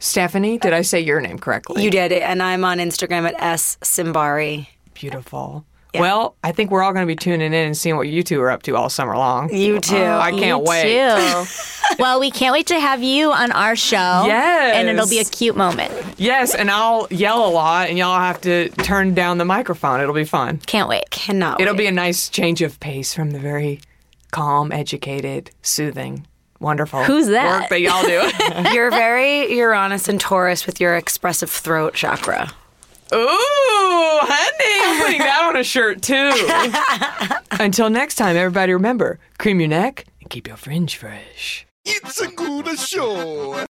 Speaker 2: Stephanie, did I say your name correctly?
Speaker 4: You did it. And I'm on Instagram at S Simbari.
Speaker 2: Beautiful. Well, I think we're all going to be tuning in and seeing what you two are up to all summer long.
Speaker 4: You too.
Speaker 2: Oh, I can't
Speaker 5: You
Speaker 2: wait. *laughs*
Speaker 5: too. well, we can't wait to have you on our show.
Speaker 2: Yes.
Speaker 5: and it'll be a cute moment.
Speaker 2: Yes, and I'll yell a lot, and y'all have to turn down the microphone. It'll be fun.
Speaker 5: Can't wait.
Speaker 4: Cannot.
Speaker 2: It'll
Speaker 4: wait.
Speaker 2: be a nice change of pace from the very calm, educated, soothing, wonderful
Speaker 5: Who's that?
Speaker 2: work that y'all
Speaker 5: *laughs*
Speaker 2: do.
Speaker 4: You're very Uranus and Taurus with your expressive throat chakra.
Speaker 2: Ooh, honey, I'm putting that on a shirt
Speaker 5: *laughs*
Speaker 2: too. Until next time, everybody remember, cream your neck and keep your fringe fresh.
Speaker 1: It's a good show.